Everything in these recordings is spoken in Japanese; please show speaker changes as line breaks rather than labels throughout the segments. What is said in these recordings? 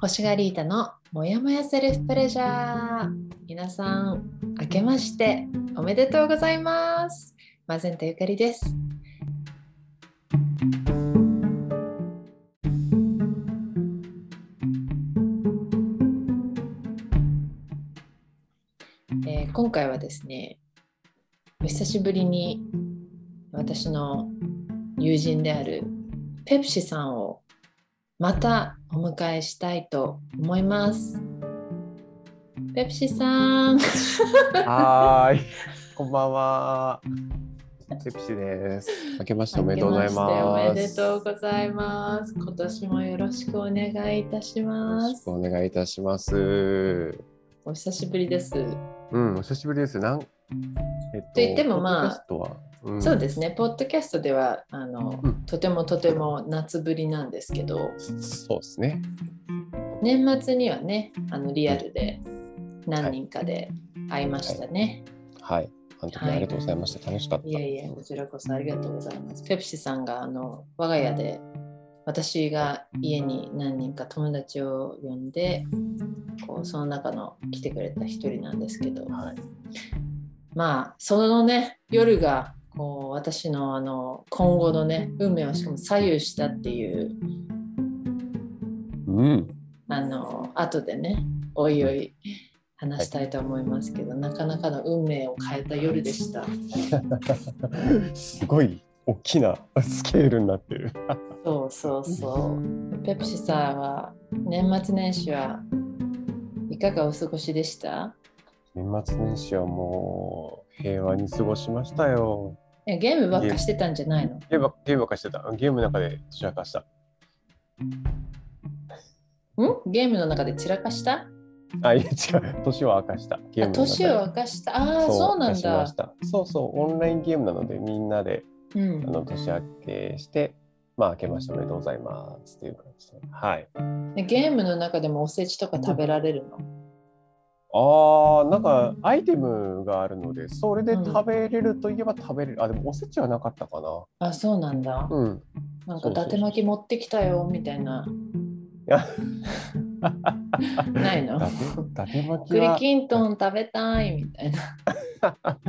星がリータのもやもやセルフプレジャー皆さん明けましておめでとうございますマゼンタゆかりですえー今回はですねお久しぶりに私の友人であるペプシさんをまたお迎えしたいと思います。ペプシさん、
はー い。こんばんは。ペプシです。明けましておめでとうございます。
明けましておめでとうございます。今年もよろしくお願いいたしま
よろし
す
く。お願いいたします。
お久しぶりです。
うん、お久しぶりです。なん、えっと、と。
言ってもまあそうですすね、ポッドキャストではあの、
うん
とてもとても夏ぶりなんですけど、
そうですね。
年末にはね、あのリアルで何人かで会いましたね。
はい。あの時はありがとうございました。楽しかった。
いやいや、こちらこそありがとうございます。ペプシさんがあの我が家で私が家に何人か友達を呼んでこうその中の来てくれた一人なんですけど、
はい
まあそのね夜がこう私のあの今後のね運命をしかも左右したっていう
うん。
あの後でねおいおい話したいと思いますけど、なかなかの運命を変えた夜でした。
すごい大きな スケールになってる。
そうそうそう。ペプシさんは年末年始はいかがお過ごしでした
年末年始はもう平和に過ごしましたよ。
えゲームばっかしてたんじゃないの
ゲームばゲームばっかりしてた。ゲームの中で散らかした。
んゲームの中で散らかした
あ、いや違う。 年を明かした。ゲー
あ
ムの中で
年を明かした。ああ、そうなん
明かしまし
だ。
たそうそう、オンラインゲームなので、みんなで、
う
あ
ん、
の、年明けして、まあ、明けましておめでとうございますっていう感じで。はい。
でゲームの中でもおせちとか食べられるの、
ああ、なんか、アイテムがあるので、それで食べれるといえば食べれる。あ、でも、おせちはなかったか
あそうなんだ
な。。うん。
なんか伊達巻き持ってきたよみたいな。
いや、
ないの
だて、だて巻き
栗
は。
きんとん食べたいみたい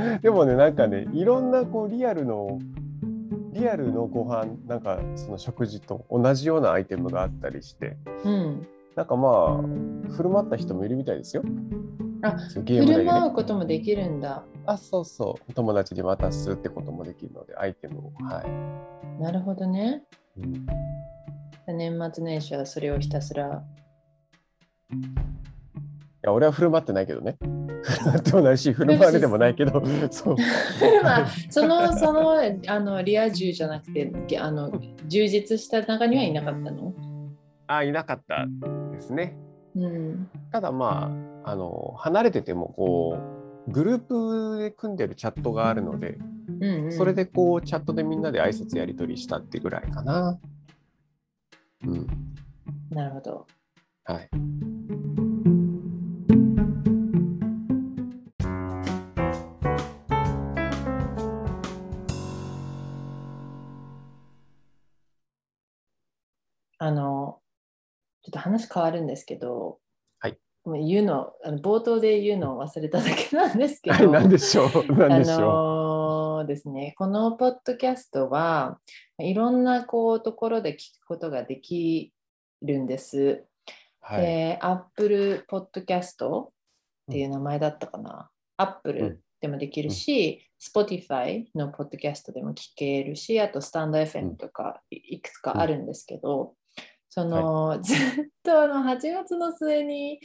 な。
でもね、なんかね、いろんな、こう、リアルの。リアルのご飯なんかその食事と同じようなアイテムがあったりして
うん。
なんかまあ振る舞った人もいるみたいですよ。
あ
そうゲ
振
ーム内
る
でね
舞うこともできるんだ。
あ、そうそう。友達に渡すってこともできるので、アイテムを。は
なるほどね。
い。うん
年末年始はそれをひたす ら
いや、俺は振る舞ってないけどね。 振る舞ってもないし、振る舞われてもない けど、そう。
まあそのそのあのリア充じゃなくてげあの充実した中にはいなかったの、
あ、いなかったですね。
うん、
ただまあ、あの、離れてても、こう、グループで組んでるチャットがあるので、
うんうん
それでこう、チャットでみんなで挨拶やり取りしたってぐらいかな。うん。
なるほど
はい。
あのちょっと話変わるんですけど
はい
ごめん言うのあの冒頭で言うのを忘れただけなんですけ
あれ、
ど
なんでしょう。
あ
なんでしょ
のーですね、このポッドキャストはいろんなこうところで聞くことができるんです。
う。はい。
で、Apple Podcast っていう名前だったかな。Apple、
うん
でもできるし、Spotify のポッドキャストでも聞けるし、あとスタンド
う
FM
ん
とかいいくつかあるんですけど、その、 ずっとあの8月の末に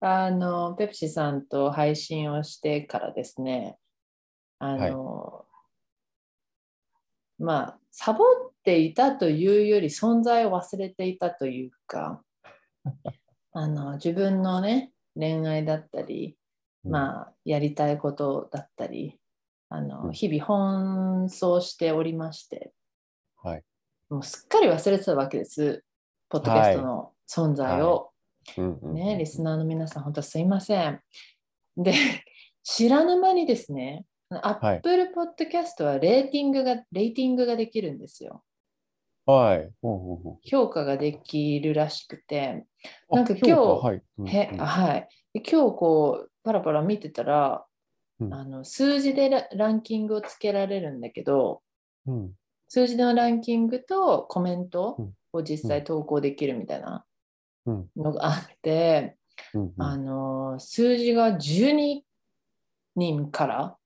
あのペプシさんと配信をしてからですね、あの、まあ、サボっていたというより存在を忘れていたというか、あの自分のね、恋愛だったり、まあ、やりたいことだったり、あ
う
の
ん
日々奔走しておりまして、
あ。はい。
もうすっかり忘れてたわけです、ポッドキャストの存在を。
うんうん
ね、リスナーの皆さん、本当すいません。で、 知らぬ間にですね、
い
Apple Podcast はレーティングが、レーティングができるんですよ。
はい。ほうほうほ
評価ができるらしくて、
う
なんか
あ評価
今日
はい。うん
へ
うん
あはい、で今日こうパラパラ見てたら、
うん
あの数字でラランキングをつけられるんだけど
うん
数字のランキングとコメント
うん
を実際投稿できるみたいな
うん
のがあって、
うんうん
あの数字が12人から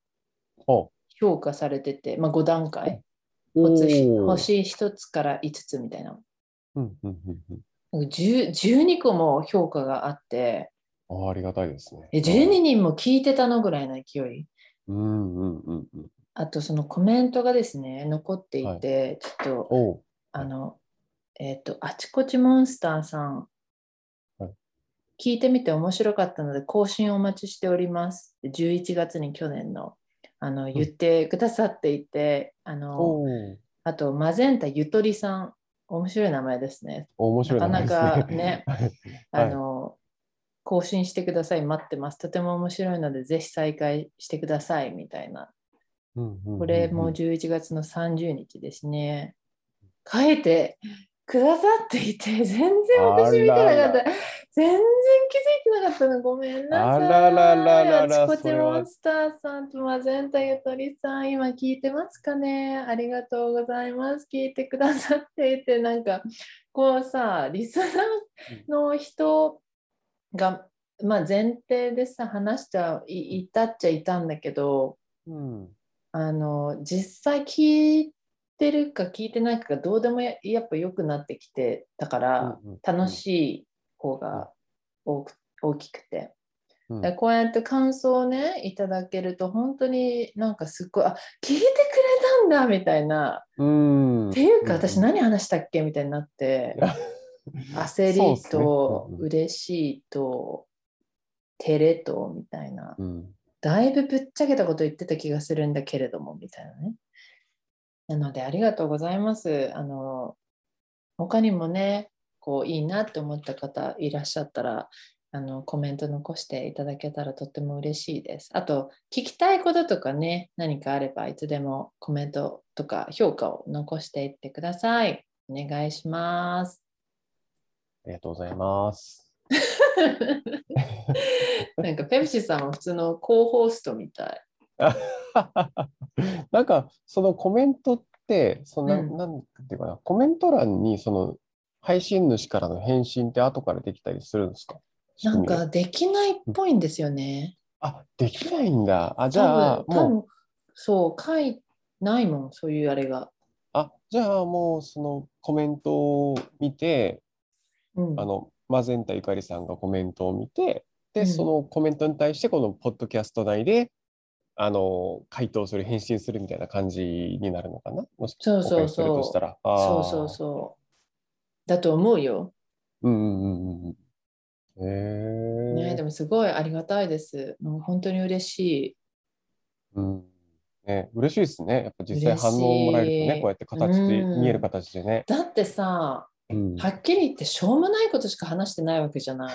ほ
評価されてて、まあ、5段階
うお
星
ー
星1つから5つみたいな
うんうんうん
なんか10 12個も評価があって
うんあーありがたいですね。
え12人も聞いてたのぐらいの勢い。
うんうんうんうん。
あとそのコメントがですね残っていて、ちょっと
おう
あのえっ、とあちこちモンスターさん、
はい
聞いてみて面白かったので更新をお待ちしておりますで11月に去年のあの言ってくださっていて、あの
おう
あとマゼンタゆとりさん面白い名前ですね
面白い名前で
な
すね。
かなかね
はい。
あの、更新してください待ってますとても面白いのでぜひ再開してくださいみたいなこ
こ
れも11月の30日ですね。書いてくださっていて、全然私見てなか
あ
らった。
ら
全然気づいてなかったの。ごめんなさい。
あららららら
あちこ
そ
ち
れは
モンスターさんとマゼンタゆとりさん、今聞いてますかねありがとうございます。聞いてくださっていて、なんか、こうさ、リスナーの人が、まあ、前提でさ、話しちゃい、いたっちゃいたんだけど、
うん
あの実際聞いてるか聞いてないかがどうでもややっぱ良くなってきてだから
うんうん
楽しい方が多く大きくて
うん
だからこうやって感想をねいただけると本当になんかすっごいあ聞いてくれたんだみたいな
うん。
っていう
うん
か私何話したっけみたいになって
いや
焦
そうっ
り
すね
と
うんうん
嬉しいと照れとみたいな
うん
だいぶぶっちゃけたこと言ってた気がするんだけれどもみたいなね。なのでありがとうございます。あの他にもねこういいなって思った方いらっしゃったらあのコメント残していただけたらとっても嬉しいです。あと聞きたいこととかね何かあればいつでもコメントとか評価を残していってください。お願いします。
ありがとうございます。
なんかペプシさんは普通の広報ストみたい。
なんかそのコメントってそのな,、
うん
ん、なんていうかなコメント欄にその配信主からの返信って後からできたりするんですか
なん
仕組み
かできないっぽいんですよね。
あできないんだあじゃあ
多分多
もう
分そう書いないもんそういうあれが、
あじゃあもうそのコメントを見て
うん、
あのマゼンタゆかりさんがコメントを見てで、
うん
そのコメントに対してこのポッドキャスト内であの回答する返信するみたいな感じになるのかなもし
そうそうそう
公開するとしたら
そうそうそうだと思うよ、
う。うんうんうんうん。へえー。
ね、でもすごいありがたいですもう本当に嬉しい
うんね、嬉しいですね。やっぱ実際反応もらえ
嬉
ると
し
ね、
い
こうやって形で、
うん
見える形でね。
だってさ
うん
はっきり言ってしょうもないことしか話してないわけじゃない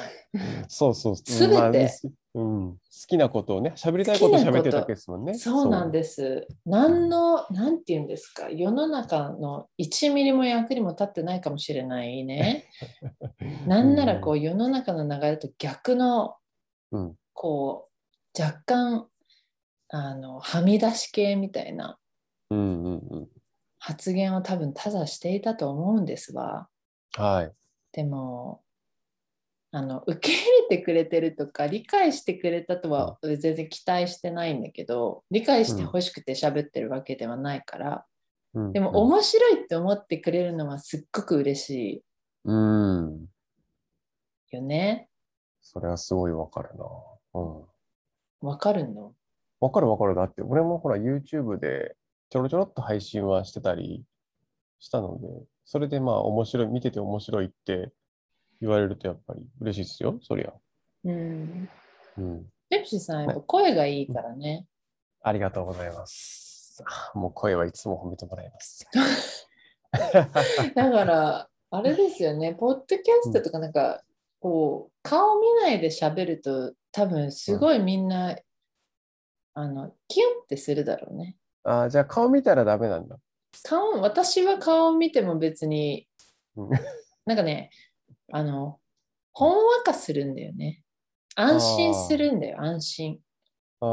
そうそう。
全て
まあうん、好きなことをね、喋りたいことを喋ってるだけですもんね。
そうなんです何の何て言うんですか世の中の1ミリも役にも立ってないかもしれない ね
す。
なんならこう世の中の流れと逆の
うん
こう若干あのはみ出し系みたいな
うん。うんうんうん。
発言を多分ただしていたと思うんですが
はい。
でもあの受け入れてくれてるとか理解してくれたとは全然期待してないんだけど理解してほしくて喋ってるわけではないから、
うん
でも面白いって思ってくれるのはすっごく嬉し
うん、うん。
いよね。
それはすごいわかるな。うん。
わかるの
わかるわかる。だって、俺もほら、YouTube でちょろちょろっと配信はしてたりしたので、それでまあ、面白い、見てて面白いって言われると、やっぱり嬉しいですよ、そりゃ。
うん。
うん。
ペプシさんやっぱ声がいいからね。
ありがとうございます。あもう声はいつも褒めてもらいます。
だから、あれですよね、ポッドキャストとかなんか、こう、顔見ないで喋ると、多分すごいみんな、あの、キュンってするだろうね。
あじゃあ、顔見たらダメなんだ。
顔私は顔を見ても別に
うん
なんかねあのほんわかするんだよね安心するんだよ安心
ああ、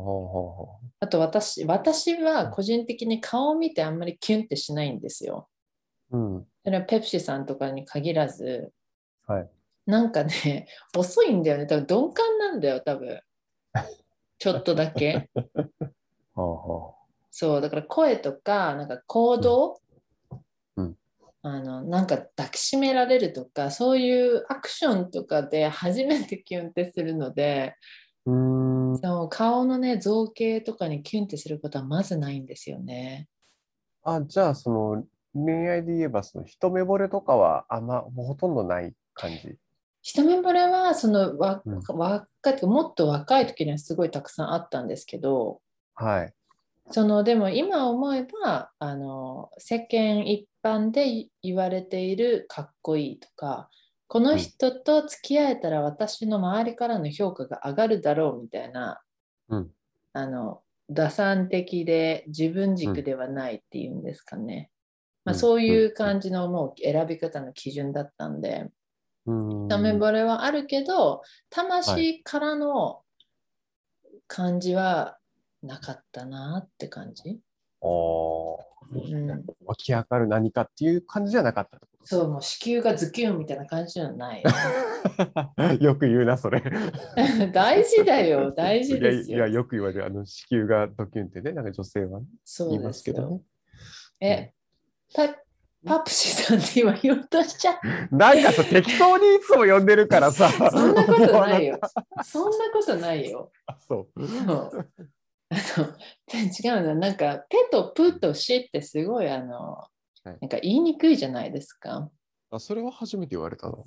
ほ
あと私私は個人的に顔を見てあんまりキュンってしないんですよ
うほう。うん。
それはペプシさんとかに限らず、
はい
なんかね 遅いんだよね多分鈍感なんだよ多 分ちょっとだけ
はあは
そう、だから声とか、なんか行動、
うん
あの、なんか抱きしめられるとか、そういうアクションとかで初めてキュンってするので、
あ。うーん。
そう顔のね、造形とかにキュンってすることはまずないんですよね。
あ、じゃあ、その、恋愛で言えば、その、一目惚れとかは、あんま、ほとんどない感じ。
一目惚れは、その、わ
うん
若い時、もっと若い時にはすごいたくさんあったんですけど、
はい。
そのでも今思えばあの世間一般でい言われているかっこいいとかこの人と付き合えたら私の周りからの評価が上がるだろうみたいな、
うん
あの打算的で自分軸ではないっていうんですかね、まあ、
うん
そういう感じのもう選び方の基準だったんで
うーん。
ダメ惚れはあるけど魂からの感じはなかったなって感じ。
おー
うん
湧き上がる何かっていう感じじゃなかったってこと
そう、もう子宮がズキュンみたいな感じじゃ ない。
よく言うな、それ。
大事だよ、大事です
いや、
よ。
いやよく言われる、あの、子宮がドキュンってね、なんか女性はね
そ
言いう
で
ます
す
けど
よ。
ね。
え、パパプシさんって今言おうとしちゃっ
なんかさ、適当にいつも呼んでるからさ。
た。そんなことない
よ。
よ。そんなことないよ。
そう。
そうあので違うな、なんか、ペとプとシってすごい、あの、
はい
なんか言いにくいじゃないですか。
あ、それは初めて言われたの。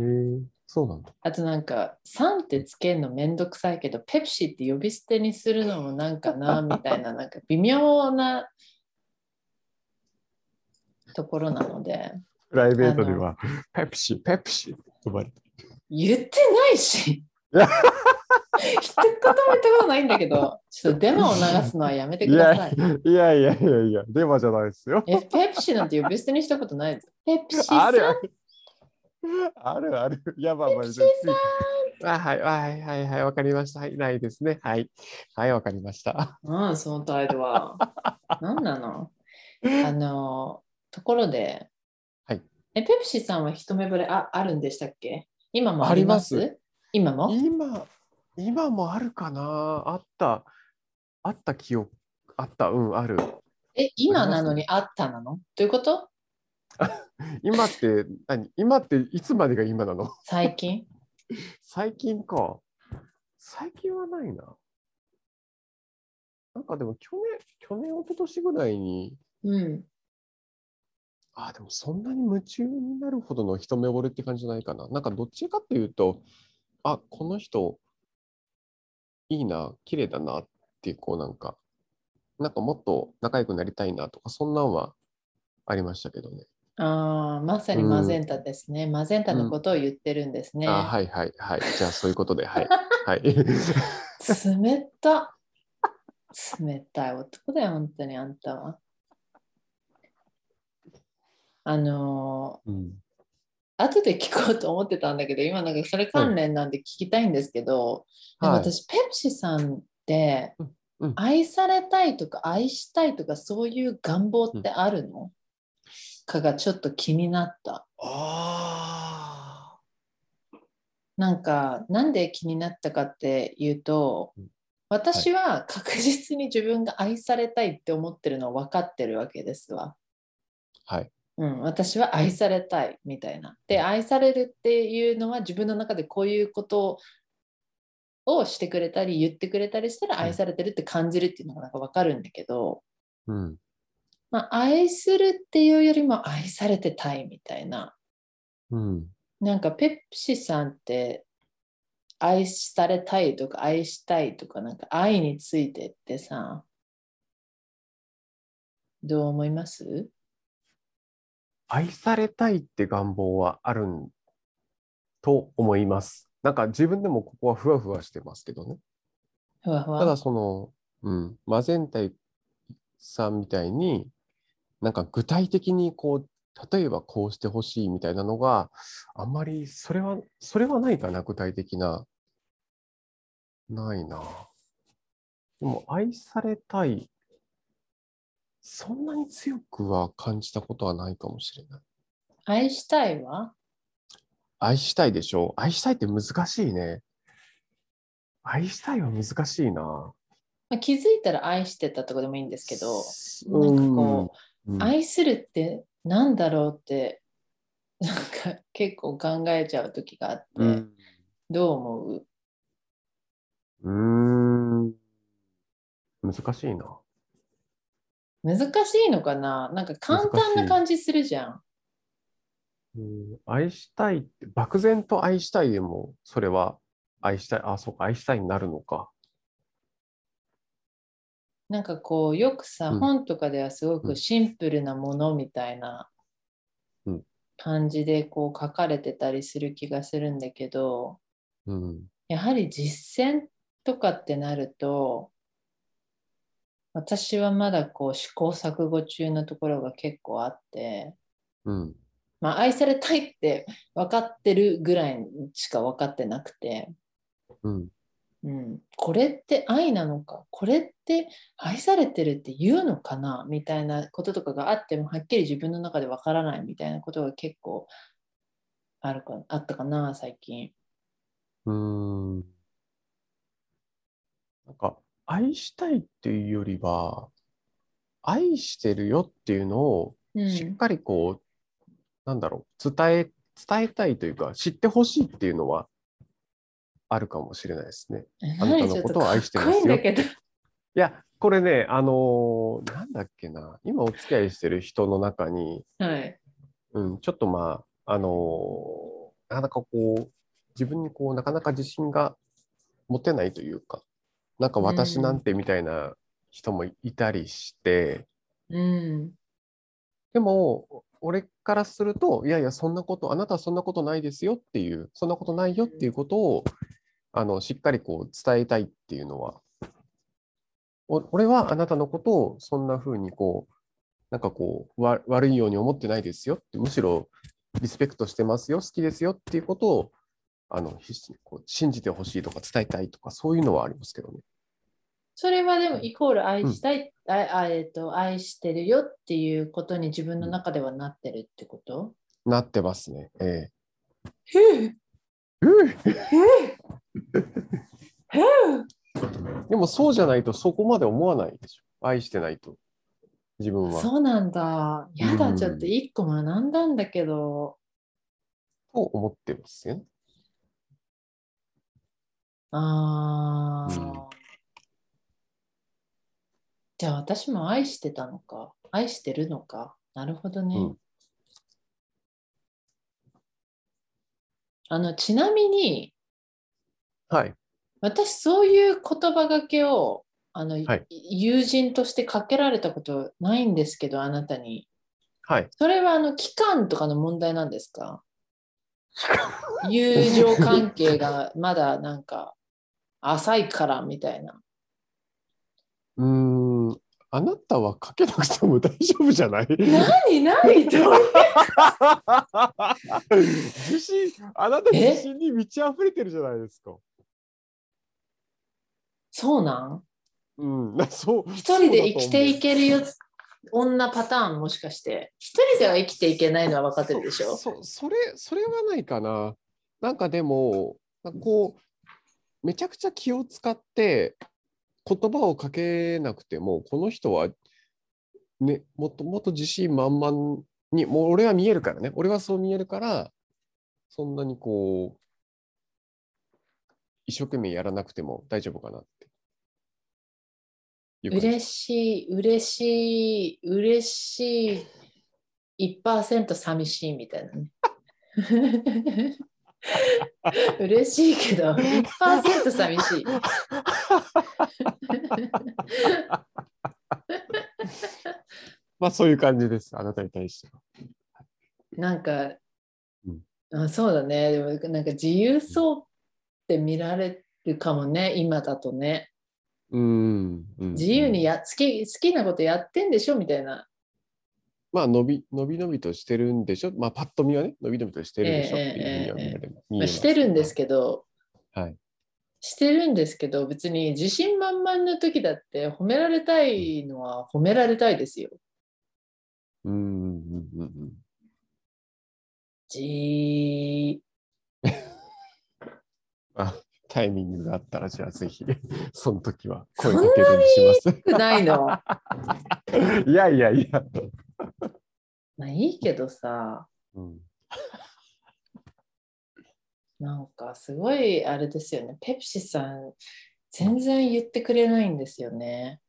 へえ、そうなんだ。
あとなんか、さんってつけるのめんどくさいけど、ペプシって呼び捨てにするのもなんかな、みたいな、なんか微妙なところなの で、
プライベートでは、ペプシ、ペプシって呼ばれて。
言ってないし、
いや
一言も言ったことないんだけど、ちょっとデマを流すのはやめて
い
くだ
や
さい
い。やいやいやいや、デマじゃないですよ。
え、ペプシなんて呼び捨てにしたことないです。ペプシさ
あ
ん
るある。 あるある。やばいやばい。
ペプシー
あはい、はい、はい、はい、わかりました。はい、ないですね。はい。はい、わかりました。
うん、その態度 は。何なのあの、ところで、
はい
え、ペプシさんは一目惚れああるんでしたっけ今も
あ
あり
り
ま
ますす
今も
今、今もあるかなあった、あった記憶、あった、うん、ある。
え、今なのにあったなのということ
今って何今っていつまでが今なの
最近
最近か。最近はないな。なんかでも去年、去年、一昨年ぐらいに、
うん。
あ、でもそんなに夢中になるほどの一目惚れって感じじゃないかな。なんかどっちかっていうと、あ、この人、いいな、綺麗だなっていう、こうなんか、なんかもっと仲良くなりたいなとか、そんなんはありましたけどね。
ああ、まさにマゼンタですね、マゼンタのことを言ってるんですね。
あ、はいはいはい。じゃあそういうことで、はい。はい。
冷た。冷たい男だよ、本当にあんたは。あの
うん
ー、後で聞こうと思ってたんだけど、今なんかそれ関連なんで聞きたいんですけど、でも
はい
私、ペプシさんって、
うん
愛されたいとか愛したいとかそういう願望ってあるの、かがちょっと気になった。
あ
なんかなんで気になったかっていうと
うん
私は確実に自分が愛されたいって思ってるのを分かってるわけですわ。
あ。はい。
うん、私は愛されたいみたいな。で愛されるっていうのは自分の中でこういうことをしてくれたり言ってくれたりしたら愛されてるって感じるっていうのがなんか分かるんだけど、
うん。
まあ、愛するっていうよりも愛されてたいみたいな。
うん。
なんかペプシさんって愛されたいとか愛したいとかなんか愛についてってさどう思います
愛されたいって願望はあるんと思います。なんか自分でもここはふわふわしてますけどね。
ふわふ
た
わ
だその、うん、マゼンタイさんみたいになんか具体的にこう、例えばこうしてほしいみたいなのがあんまりそれは、それはないかな、具体的な。ないな。でも愛されたい。そんなに強くは感じたことはないかもしれない。
愛したいは
愛したいでしょ愛したいって難しいね。愛したいは難しいな。
まあ気づいたら愛してたとかでもいいんですけど、
うん
なんかこ
う
うん愛するってなんだろうって、なんか結構考えちゃう時があって、
うん
どう思う
うーん。難しいな。
難しいのかななんか簡単な感じするじゃん。
うん、愛したいって、漠然と愛したいでも、それは愛したい、あ、そうか、愛したいになるのか。
なんかこうよくさ、
うん
本とかではすご
う
く
ん
シンプルなものみたいな
うん
感じでこう書かれてたりする気がするんだけど
うん。
やはり実践とかってなると私はまだこう試行錯誤中のところが結構あって、
うん。
まあ、愛されたいって分かってるぐらいしか分かってなくて、
うん。
うん、これって愛なのかこれって愛されてるって言うのかなみたいなこととかがあってもはっきり自分の中でわからないみたいなことが結構あるかあったかな最近。
うーん。なんか、愛したいっていうよりは、愛してるよっていうのを、
う
しっ
ん、
かりこう、なんだろう、伝え、伝えたいというか、知ってほしいっていうのは、あるかもしれないですね。あなたのことを愛してますよ
何ちょっとかっこいいんだけど。
いや、これね、あのーなんだっけな、今お付き合いしてる人の中に、
はい。
うん、ちょっとまあ、あのーなかなかこう、自分にこう、なかなか自信が持てないというか、なんか私なんてみたいな人もいたりして、
うん。
でも、俺からすると、いやいや、そんなこと、あなたはそんなことないですよっていう、そんなことないよっていうことを、あの、しっかりこう伝えたいっていうのは、お俺はあなたのことをそんな風にこう、なんかこう、わ悪いように思ってないですよって、むしろリスペクトしてますよ、好きですよっていうことを、あの、必死にこう信じてほしいとか伝えたいとか、そういうのはありますけどね。
それはでもイコール愛したい、ああえっと愛してるよっていうことに自分の中ではなってるってこと、
なってますね。ええ
ふう
でもそうじゃないとそこまで思わないでしょ。愛してないと。自分は。
そうなんだ。や
う
だ、
ん
ちょっと一個学んだんだけど。
と思ってますよね。
あー
うん
じゃあ私も愛してたのか。愛してるのか。なるほどね。
うん
あの、ちなみに、
はい。
私そういう言葉がけをあの、
はい
友人としてかけられたことないんですけどあなたに
はい。
それはあの期間とかの問題なんですか友情関係がまだなんか浅いからみたいな
うーん。あなたはかけなくても大丈夫じゃない
何何と
自信、あなた
え
自信に満ち溢れてるじゃないですか。
そうなん
うん。 なそう。
一人で生きてい
け
けるよ女パターンもしかして一人では生きていけないのは分かってるでしょ
そそそれ、それはないかな。なんかでも、なんかこう、めちゃくちゃ気を使って言葉をかけなくても、この人は、ね、もっともっと自信満々に、もう俺は見えるからね、俺はそう見えるから、そんなにこう、一生懸命やらなくても大丈夫かなって。いう感じ
嬉しい、嬉しい、嬉しい、1%寂しいみたいなね。 嬉しいけど、1%寂しい。
まあそういう感じです、あなたに対しては。
なんか
うん、
あそうだね、でもなんか自由そうって見られるかもね、今だとね。
うん。うん
自由にや好き好きなことやってんでしょみたいな。
まあ、伸び、伸び伸びとしてるんでしょ。まあ、パッと見はね、伸び伸びとしてるでしょっ
ええ
ていうふうには見られます。見えます
してるんですけど、
はい
してるんですけど別に自信満々の時だって褒められたいのは褒められたいですよ。
うんうんうんうんうん。
じ
タイミングがあったら、じゃあぜひ、 その時は
そん
声
な
か
に
けるようにし
ーないの。
ます。いやいやいや。
まあいいけどさ
うん、
なんかすごいあれですよねペプシさん全然言ってくれないんですよね。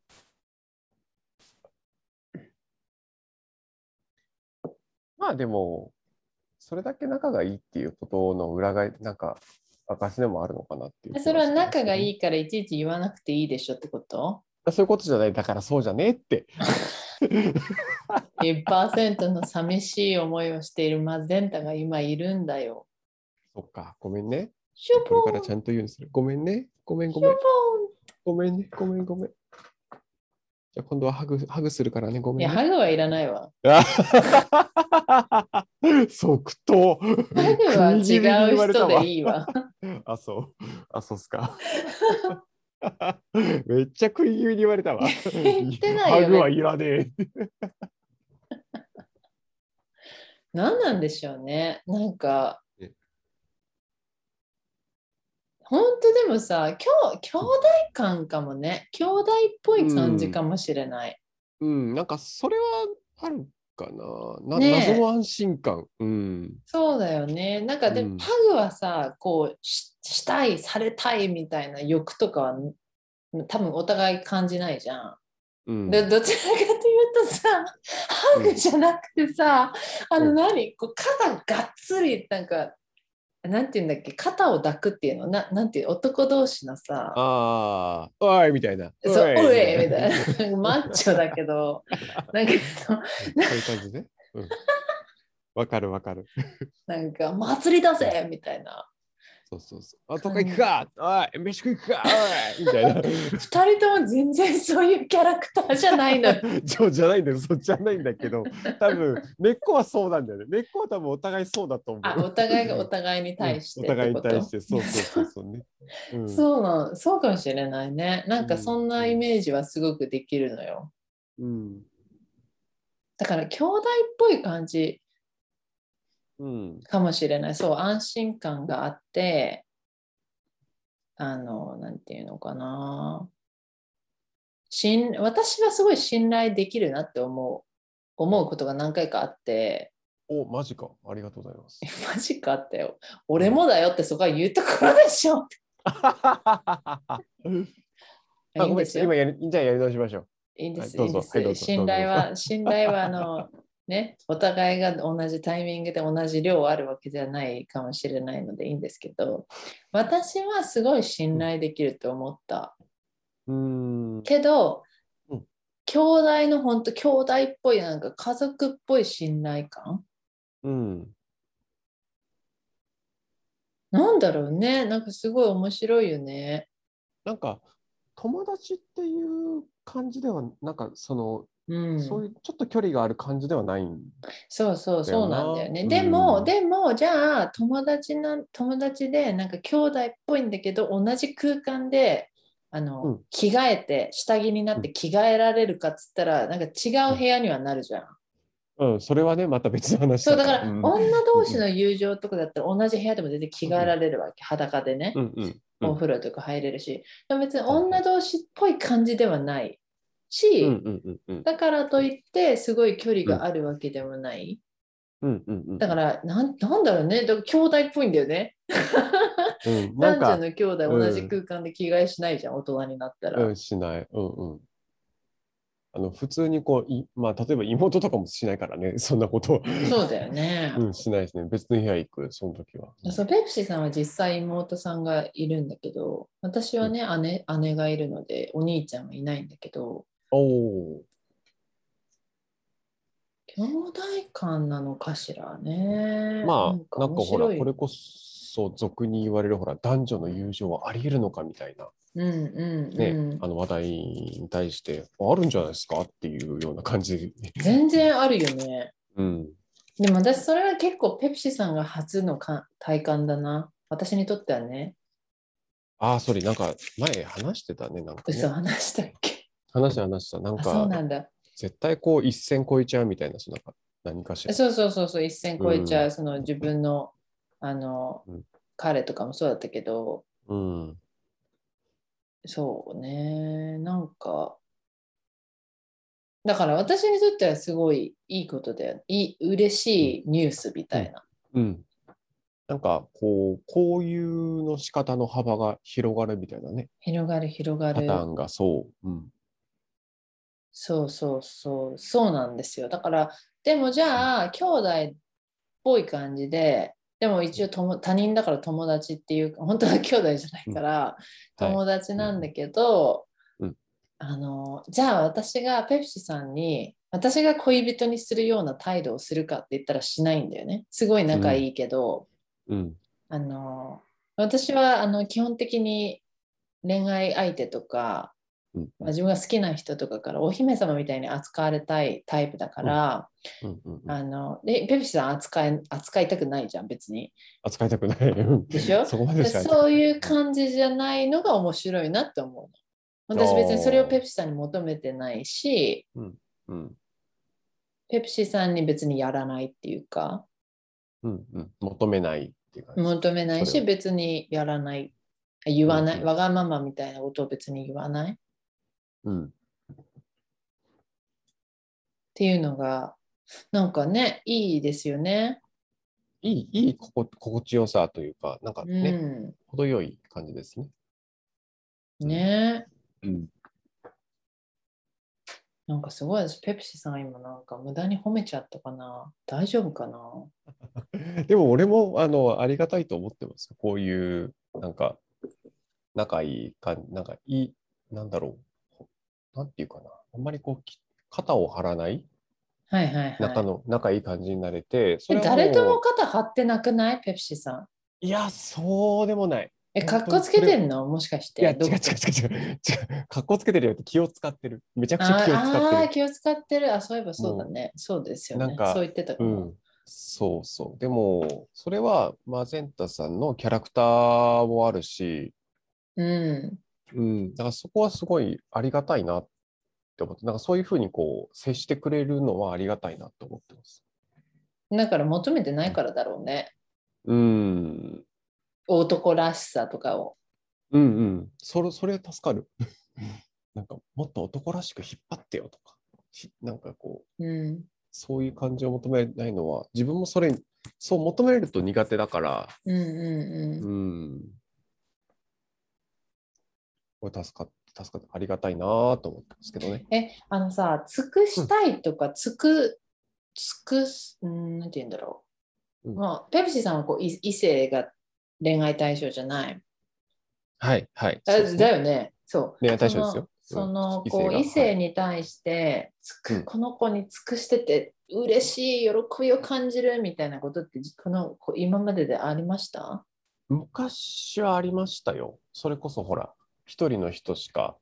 まあでも、それだけ仲がいいっていうことの裏返なんか、証でもあるのかなっていう気がします
そ
ね。
れは仲がい
い
いからいちいち言わなくていいでしょってこと
や。そういうことじゃない。だからそうじゃねえって。
1%の寂しい思いをしているマゼンタが今いるんだよ。
そっか、ごめんね。
シュ
これ
ポ
から
ン
ちゃんと言うんでする。ごめんね。ごめん
シ
ご
ュ
め
ポン。
んごめんね。ごめんごめん。じゃあ今度はハグ、ハグするからね。ご
い
めん
や、
ね。
ハグはいらないわ。
即答。
ハグは
食い気味に
違
言わ
う
れた
人
わ
でいいわ。
あ、そう。あ、そうっすか。 めっちゃ食い気味に言わ れたわ。
言ってないよね
ハグはいらねえ。
何なんでしょうね。なんか
え。
本当でもさ、きょう兄弟感かもね。兄弟っぽい感じかもしれない。
うん、なんかそれはあるかな。な
ねえ
謎の安心感。うん。
そうだよね。なんかでも、
うん
ハグはさ、こうし、したい、されたいみたいな欲とかは、多分お互い感じないじゃん。
うん、
でどちらかというとさハグじゃなくてさ、あ
う
の
ん
何こう肩がっつりなんかなんていうんだっけ肩を抱くっていうのななんていう男同士のさ
ああ、おいみたいな。
「そうおい」みたいなな
な。
んかマッチョだけ どなんかその
そういう感じね。うんわ、かるわかる。
なんか「祭りだぜ!」みたいな
そうそうそう。あ、とか行くかおい飯食い行くかおいみたいな。
2人とも全然そういうキャラクターじゃない のよ
じゃじゃないんだよ。 そうじゃないんだ けど、多分根っこはそうなんだよね。根っこは多分お互いそうだと思う。
あお互いがお互いに対して
うんお互いに対してて、そうそうそうそう ね。うん、
そうなんそうかもしれないねなんかそんなイメージはすごくできるのよ。
うん。
だから兄弟っぽい感じ
うん。
かもしれないそう安心感があってあのなんていうのかな信私はすごい信頼できるなって思う思うことが何回かあって
お、マジか。ありがとうござい ます。
マジかあったよ俺もだよってそこは言うところでしょ
あ、
いい
ご
ん
め
で
ん。
すよ
今やり、じゃあやり直しましょう。
いいんです
は
よいいん
いど
で
うぞはいどう
す
ぞ
信頼は信頼はあのねお互いが同じタイミングで同じ量あるわけじゃないかもしれないのでいいんですけど私はすごい信頼できると思った
うーん。
けど、
うん
兄弟の本当兄弟っぽいなんか家族っぽい信頼感
うん。
なんだろうねなんかすごい面白いよね。
なんか、友達っていう感じでは、なんかその、
うん、
そういうちょっと距離がある感じではないん
そうそう
だよ
そう
な
なんだよね。
うん
でも、でもじゃあ友達な友達でなんか兄弟っぽいんだけど同じ空間であの、
うん
着替えて下着になって着替えられるかっつったら、なんか違う部屋にはなるじゃん。
うん、それはね、また別の話
そうだから、
うん
女同士の友情とかだったら同じ部屋でも全然着替えられるわけ裸でね、
うんうんうん
お風呂とか入れるしでも別に女同士っぽい感じではないし、
うんうんうんうん
だからといってすごい距離があるわけでもない。
うんうんうん
だからなん、なんだろうね、だから兄弟っぽいんだよね。
うんな
男女
んか、
の兄弟同じ空間で着替えしないじゃん、大人になったら。
うん、しない。うんうん。あの、普通にこう、いまあ、例えば妹とかもしないからね、 そんなことは。
そうだよね。
うん、しないですね。別の部屋行く、その時は。
そうペプシさんは実際妹さんがいるんだけど、私はね、姉姉がいるので、お兄ちゃんはいないんだけど、
おお
兄弟間なのかしらね。
ー。まあ、なんか
面
ほら、
白い
これこそ俗に言われるほら、男女の友情はあり得るのかみたいな。
うんうんうん
ね、あの話題に対して、ああるんじゃないですかっていうような感じ。
全然あるよね。
うん。
でも私それは結構ペプシさんが初のか体感だな。私にとってはね。
ああ、それ、なんか、前話してたね、なんか、ね。
嘘話したっけ、
話した話した。なん
あそう
か、
なんだ。
絶対こう、一線超えちゃうみたいな、そのなんか、何かしら。
そうそうそうそう、一線超えちゃう、
う
その自分のあの、
うん
彼とかもそうだったけど、
うん。
そうね、なんか、だから私にとってはすごいいいことだよ。いい嬉しいニュースみたいな。
うん。なんか、こう、こういうの仕方の幅が広がるみたいなね、
広がる広が
パタ
る。
ーンがそう。うん。
そうそうそう、そうなんですよ。だから、でもじゃあ、兄弟っぽい感じで、でも一応とも他人だから 友達っていう、本当は兄弟じゃないから、
はい
友達なんだけど、
うん
あのじゃあ私がペプシさんに、私が恋人にするような態度をするかって言ったらしないんだよね。すごい仲いいけど、
うん。
あの私はあの基本的に恋愛相手とか、
うん
まあ、自分が好きな人とかからお姫様みたいに扱われたいタイプだから、
うんうんうん
あのでペプシさん扱い扱いたくないじゃん別に。
扱いたくない。うん
でしょ
そこまでしか
そういう感じじゃないのが面白いなって思うの。私別にそれをペプシさんに求めてないし
うん
ペプシさんに別にやらないっていうか
うんうん。求めないっていう感じ。
求めない
それ
し
を
別にやらない言わない、
うんうん
わがままみたいなことを別に言わない
うん。
っていうのがなんかねいいですよね。
いい、いいここ心地よさというか、なんか
う
ね、
ん、
程よい感じですね。
ね
うん。
なんかすごいですペプシさん今なんか無駄に褒めちゃったかな大丈夫かな
でも俺も、あの、ありがたいと思ってますよ。こういう、なんか、仲いい感なんかいい、なんだろう。なんていうかな。あんまりこう、き肩を張らない、
はいはいはい。
仲の、仲いい感じになれて、そ
え
れはう
誰とも肩張ってなくないペプシさん。
いや、そうでもない。
え、か
本
っ
当に
こつけてんのもしかし
いや、
て。
違う
ど
違う違う違う。違う。かっこつけてるよって気を使ってる。めちゃくちゃ気を
あ
使
あ
っ
ー、
て
気を使ってる。あ、そういえばそうだね。そうですよ
な
ね
ん。か
そう言ってたか
る。う
も。
ん。そうそう。でも、それはマゼンタさんのキャラクターもあるし、
う
うん。だからそこはすごいありがたいなって思って、なんかそういうふうにこう、接してくれるのはありがたいなと思ってます。
ん。だから求めてないからだろうね。
うん。
男らしさとかを。
うんうん。それ、それ助かる。 なんか、もっと男らしく引っ張ってよとか、ひなんかこう、
うん。
そういう感じを求めないのは、自分もそれ、そう求めると苦手だから、
うんうんうん。
ん。これ助かって、助かって、ありがたいなぁと思ってますけどね。
え、あのさ、尽くしたいとか、尽く、尽くす、うん、なんて言うんだろう。
うん
まあ、ペプシさんはこうい異性が恋愛対象じゃない。
はい、はい。
だ
そうですね
だよね。そう。
恋愛対象ですよ
そ
うん
のその
異性
こ
が
う異性に対して、つく
うん
この子に尽くしてて嬉しい喜びを感じるみたいなことってじこのこう今まででありました
昔はありましたよ。それこそ、ほら、一人の人しか、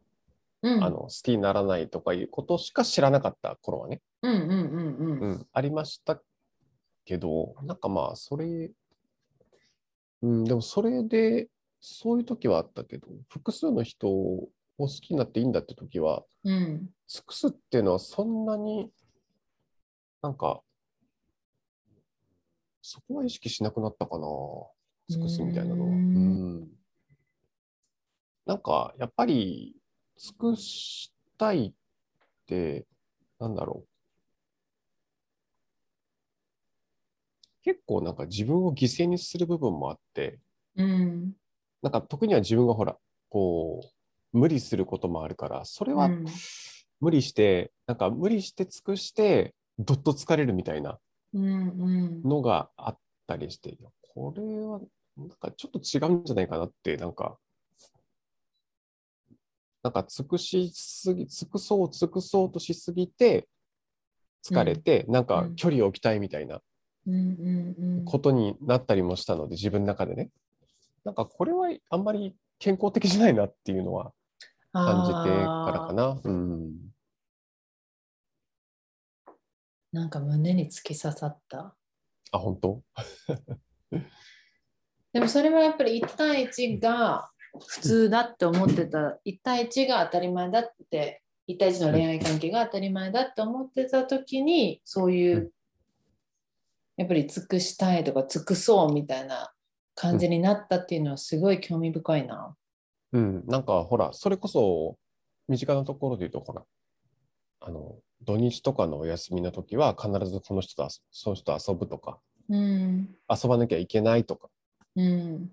うん
あの、好きにならないとかいうことしか知らなかった頃はね。
うんうんうん
う
うん。
ん、ありましたけど、なんかまあ、それ、うん、でもそれで、そういう時はあったけど、複数の人を好きになっていいんだって時は、
うん
尽くすっていうのはそんなになんか、そこは意識しなくなったかな、尽くすみたいなのは。
う
う
ーん
んなんか、やっぱり、尽くしたいって、なんだろう。結構なんか自分を犠牲にする部分もあって、
うん
なんか特には自分がほら、こう、無理することもあるから、それ
う
は
ん
無理して、なんか無理して尽くして、どっと疲れるみたいな
うん
のがあったりして、いやこれはなんかちょっと違うんじゃないかなって、なんか、なんか尽くしすぎ、尽くそう、尽くそうとしすぎて、疲れて、なんか距離を置きたいみたいな
うんうんうん
ことになったりもしたので、自分の中でね。なんかこれはあんまり健康的じゃないなっていうのは感じてから
あ
か
ー
な。うん。
なんか胸に突き刺さった。
あ、本当
でもそれはやっぱり1対1が普通だって思ってた、1対1が当たり前だって、1対1の恋愛関係が当たり前だって思ってた時に、そういうう、やっぱり尽くしたいとか尽くそうみたいな感じになったっていうのはすごい興味深いな。
うん。なんかほら、それこそ身近なところで言うと、ほら、あの、土日とかのお休みの時は必ずこの人と遊ぶその人と遊ぶとか、
うん。
遊ばなきゃいけないとか
うん。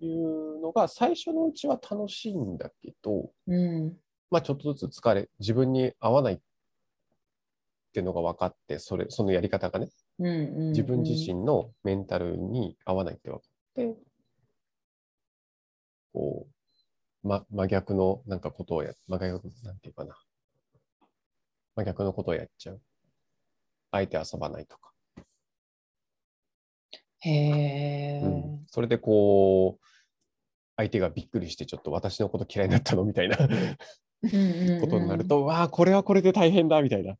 いうのが最初のうちは楽しいんだけど、
うん。
まあ、ちょっとずつ疲れ、自分に合わないっていうのが分かって、それ、そのやり方がね、
うん。うん
自分自。身のメンタルに合わないって分かって、こう、ま、真逆のなんかことをや、真逆、なんていうかな。真逆のことをやっちゃう。あえて遊ばないとか。
へえ。
うんそれでこう、相手がびっくりして、ちょっと私のこと嫌いになったのみたいなことになると、わあ、これはこれで大変だ、みたいな。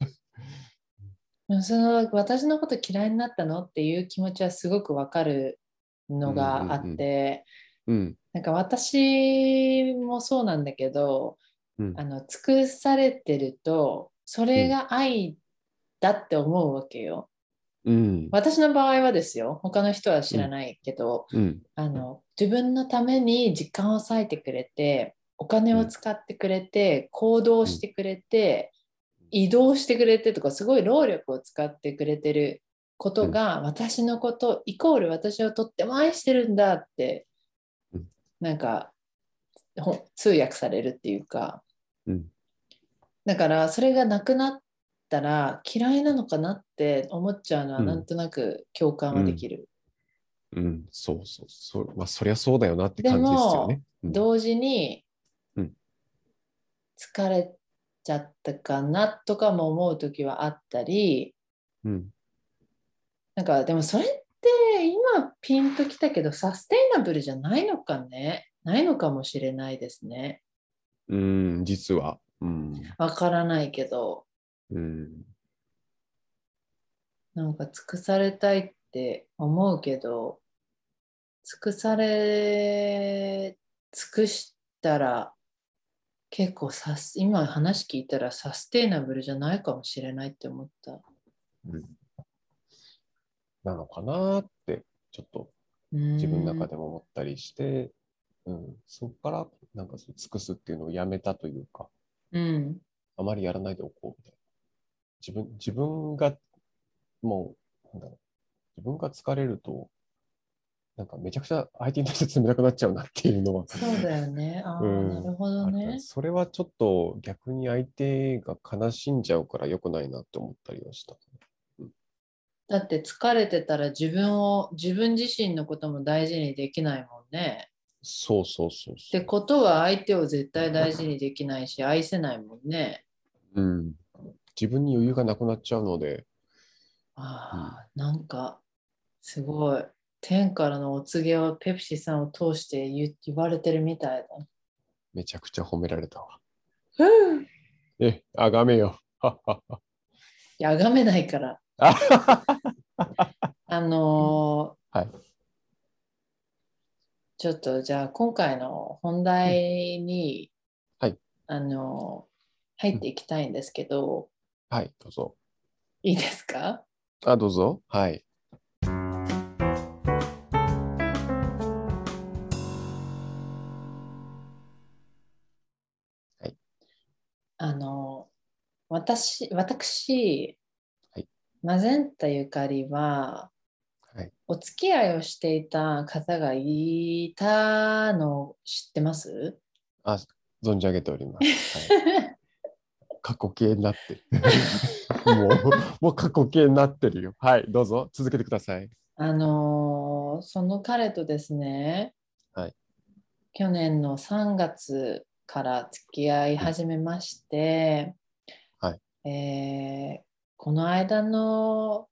でもその私のこと嫌いになったのっていう気持ちはすごくわかるのがあって、
うんうんうん。
なんか私もそうなんだけど
うん
あの尽くされてるとそれが愛だって思うわけよ。
うん。
私の場合はですよ他の人は知らないけど、
うん。
あの自分のために時間を割いてくれてお金を使ってくれて、行動してくれて、移動してくれてとかすごい労力を使ってくれてることが、私のことイコール私をとっても愛してるんだって、
うん
なんかほ通訳されるっていうか、
うん
だからそれがなくなったら嫌いなのかなって思っちゃうのは
うん
なんとなく共感はできる。
うん、そうそう、そう、まあ、そりゃそうだよなって感じですよね。うん
同時に
うん
疲れちゃったかなとかも思う時はあったり
うん、
なんかでもそれって今ピンときたけどサステイナブルじゃないのかねないのかもしれないですね
うん、実は。うん、
わからないけど
うん、
なんか尽くされたいって思うけど尽くされ尽くしたら結構さす今話聞いたらサステイナブルじゃないかもしれないって思った。
なのかなって、ちょっと自
自
分の中でも思ったりして、うん、そこから、なんか、尽くすっていうのをやめたというか、
うん
あまりやらないでおこうみたいな。自分、自分が、もう、なんだろう、自分が疲れると、なんか、めちゃくちゃ相手に対して冷たくなっちゃうなっていうのは
そうだよ ね。ああ、
うん
なるほど
ある
ね。
それはちょっと逆に相手が悲しんじゃうから良くないなって思ったりはした。
だって疲れてたら自分を自分自身のことも大事にできないもんね。
そうそうそう
っ
そ
て
う。
ことは相手を絶対大事にできないし愛せないもんね。
うん、自分に余裕がなくなっちゃうので、
ああ、なんかすごい。天からのお告げをペプシさんを通して言言われてるみたいだ。
めちゃくちゃ褒められたわ。
ふう
え、あがめよ。ははは。
いや、あがめない から。
あはは
あのー
はい
ちょっとじゃあ今回の本題に、
うんはい
あのー入っていきたいんですけど、
はい、どうぞ。
いいですか
あ、どうぞ。はい。
あの私私、
はい
マゼンタゆかりは、
はい
お付き合いをしていた方がいたのを知ってます
あ、存じ上げております。 はい、過去形になって る。もう、もう過去形になってるよ。はい、どうぞ。続けてください。
あのその彼とですね、
はい
去年の3月から付き合い始めまして、
は
えーこの間の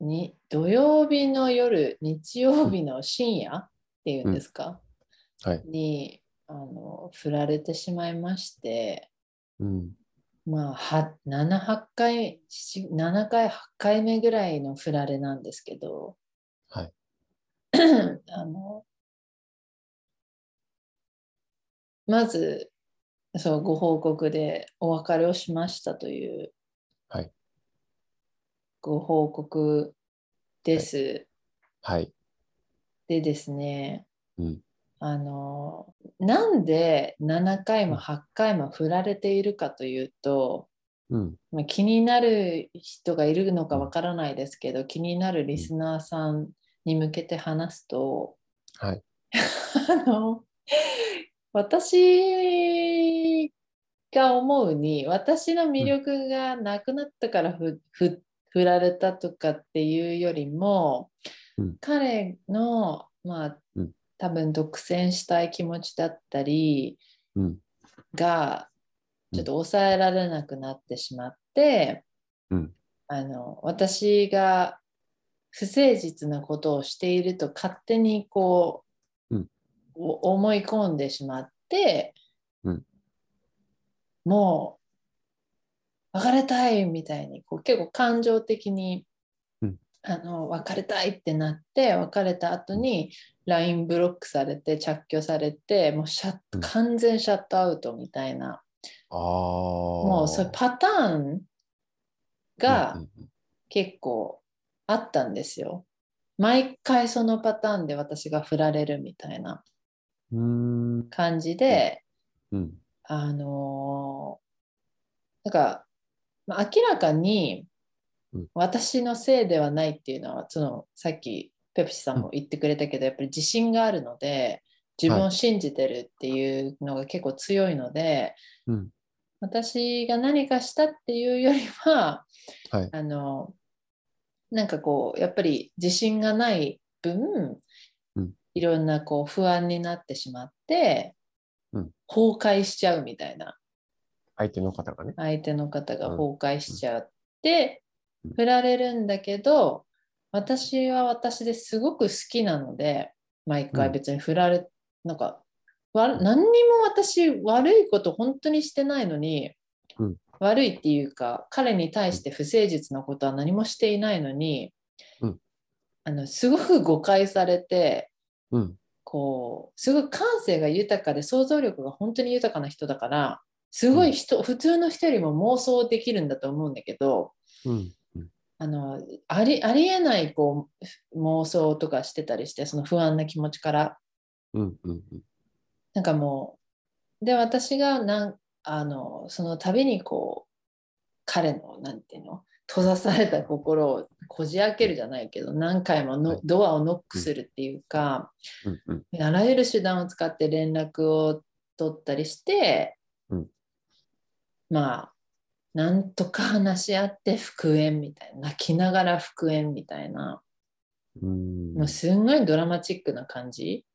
に土曜日の夜日曜日の深夜ていうんですか、
うんはい
にあの振られてしまいまして、
うん。
まあ、は7、8回、7 7回、8回目ぐらいの振られなんですけど、
はい
あのまずそうご報告でお別れをしましたという、
はい
ご報告です。
はい。
でですね、
うん
あのなんで7回も8回も振られているかというと、
うん。
まあ、気になる人がいるのかわからないですけど気になるリスナーさんに向けて話すと、
はい、
あの私が思うに私の魅力がなくなったからふふ振られたとかっていうよりも、
うん
彼のまあ、
うん
多分独占したい気持ちだったり、
うん。
が
うん
ちょっと抑えられなくなってしまって、
うん
あの私が不誠実なことをしていると勝手にこう、
うん
お思い込んでしまって、
うん
もう別れたいみたいにこう結構感情的に、
うん
あの別れたいってなって別れた後に、LINE ブロックされて着去されてもうシャッ
うん
完全シャットアウトみたいな、
ああ。
も
も
うそういうパターンが
うん
結構あったんですよ。毎回そのパターンで私が振られるみたいな
うん。う
感じで、
ーん。うん。
あのーなんかまあ明らかに
うん
私のせいではないっていうのはそのさっきペプシさんも言ってくれたけど、やっぱり自信があるので自分を信じてるっていうのが結構強いので、
うん
私が何かしたっていうよりは、
はい
あのなんかこうやっぱり自信がない分、
うん
いろんなこう不安になってしまって、
うん
崩壊しちゃうみたいな
相手の方がね。
相手の方が崩壊しちゃって、
うん
振られるんだけど私は私ですごく好きなので毎回
うん
別に振られ、なんかわ何にも私悪いこと本当にしてないのに、
うん
悪いっていうか彼に対して不誠実なことは何もしていないのに、
うん
あのすごく誤解されて
うん。
こうすごい感性が豊かで想像力が本当に豊かな人だからすごい人、普通の人よりも妄想できるんだと思うんだけど
うん。
あのありありえないこう妄想とかしてたりしてその不安な気持ちから
うん。うん。
なんかもうで私がなんあのその度にこう彼のなんていうの閉ざされた心をこじ開けるじゃないけど何回もの、
はい
ドアをノックするっていうか。
うん。うん。
あらゆる手段を使って連絡を取ったりして、
うん
まあなんとか話し合って復縁みたいな泣きながら復縁みたいな、
うん。
もうすんごいドラマチックな感じ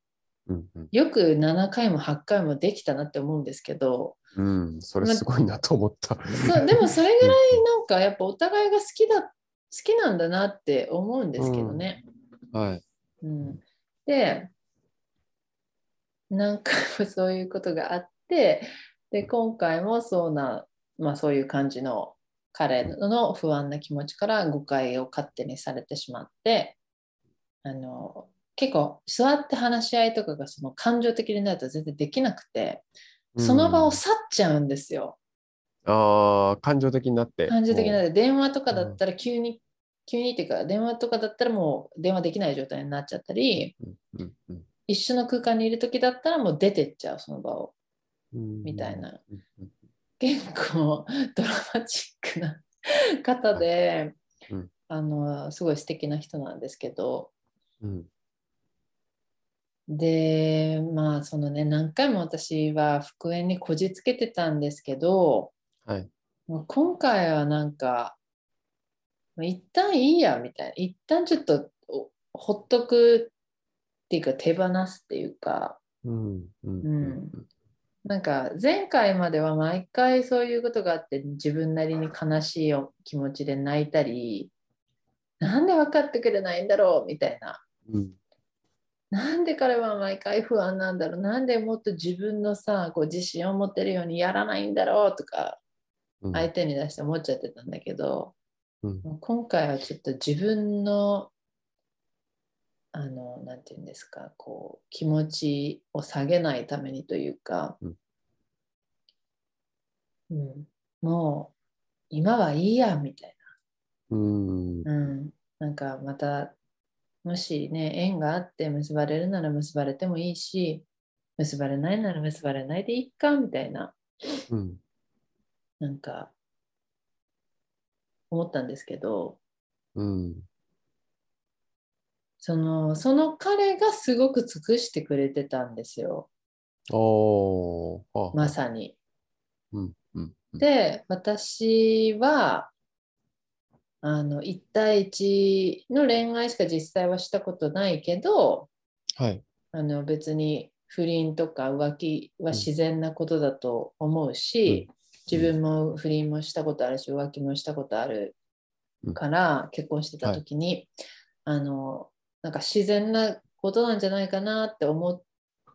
うん。うん。
よく7回も8回もできたなって思うんですけど
うん、それすごいなと思った。
そうでもそれぐらいなんかやっぱお互いが好きだ好きなんだなって思うんですけどね。
はい。
うん、で何回も そういうことがあってで今回もそうな、まあ、そういう感じの彼の不安な気持ちから誤解を勝手にされてしまってあの結構座って話し合いとかがその感情的になると全然できなくてその場を
うん
去っちゃうんですよ。
ああ、感情的になって。
感情的なの
も
で電話とかだったら急に、急にっていうか電話とかだったらもう電話できない状態になっちゃったり、
う。うんうん
一緒の空間にいる時だったらもう出てっちゃうその場を
うん
みたい。な
うんうん
結構ドラマチックな方で、
うん
あのすごい素敵な人なんですけど
うん
でまあそのね何回も私は復縁にこじつけてたんですけど
はい。
もう今回はなんかもう一旦いいやみたいな一旦ちょっとおほっとくっていうか手放すっていうか
うん。うん
う。なんか前回までは毎回そういうことがあって自分なりに悲しい気持ちで泣いたりなんで分かってくれないんだろうみたいな
うん。
なんで彼は毎回不安なんだろうなんでもっと自分のさこう自信を持てるようにやらないんだろうとか
うん
相手に出して思っちゃってたんだけど、
うん
もう今回はちょっと自分のあのなんて言うんですかこう気持ちを下げないためにというか、
うん
うんもう今はいいやみたいな。
うん
うん、なんかまたもしね縁があって結ばれるなら結ばれてもいいし結ばれないなら結ばれないでいっかみたいな
うん
なんか思ったんですけど
うん
そのその彼がすごく尽くしてくれてたんですよ
おーあ
まさに。
うんうんうん
で私はあの1対1の恋愛しか実際はしたことないけど
はい
あの別に不倫とか浮気は自然なことだと思うし、
うん
自分も不倫もしたことあるし浮気もしたことあるから結婚してた時に、あのなんか自然なことなんじゃないかなって思っ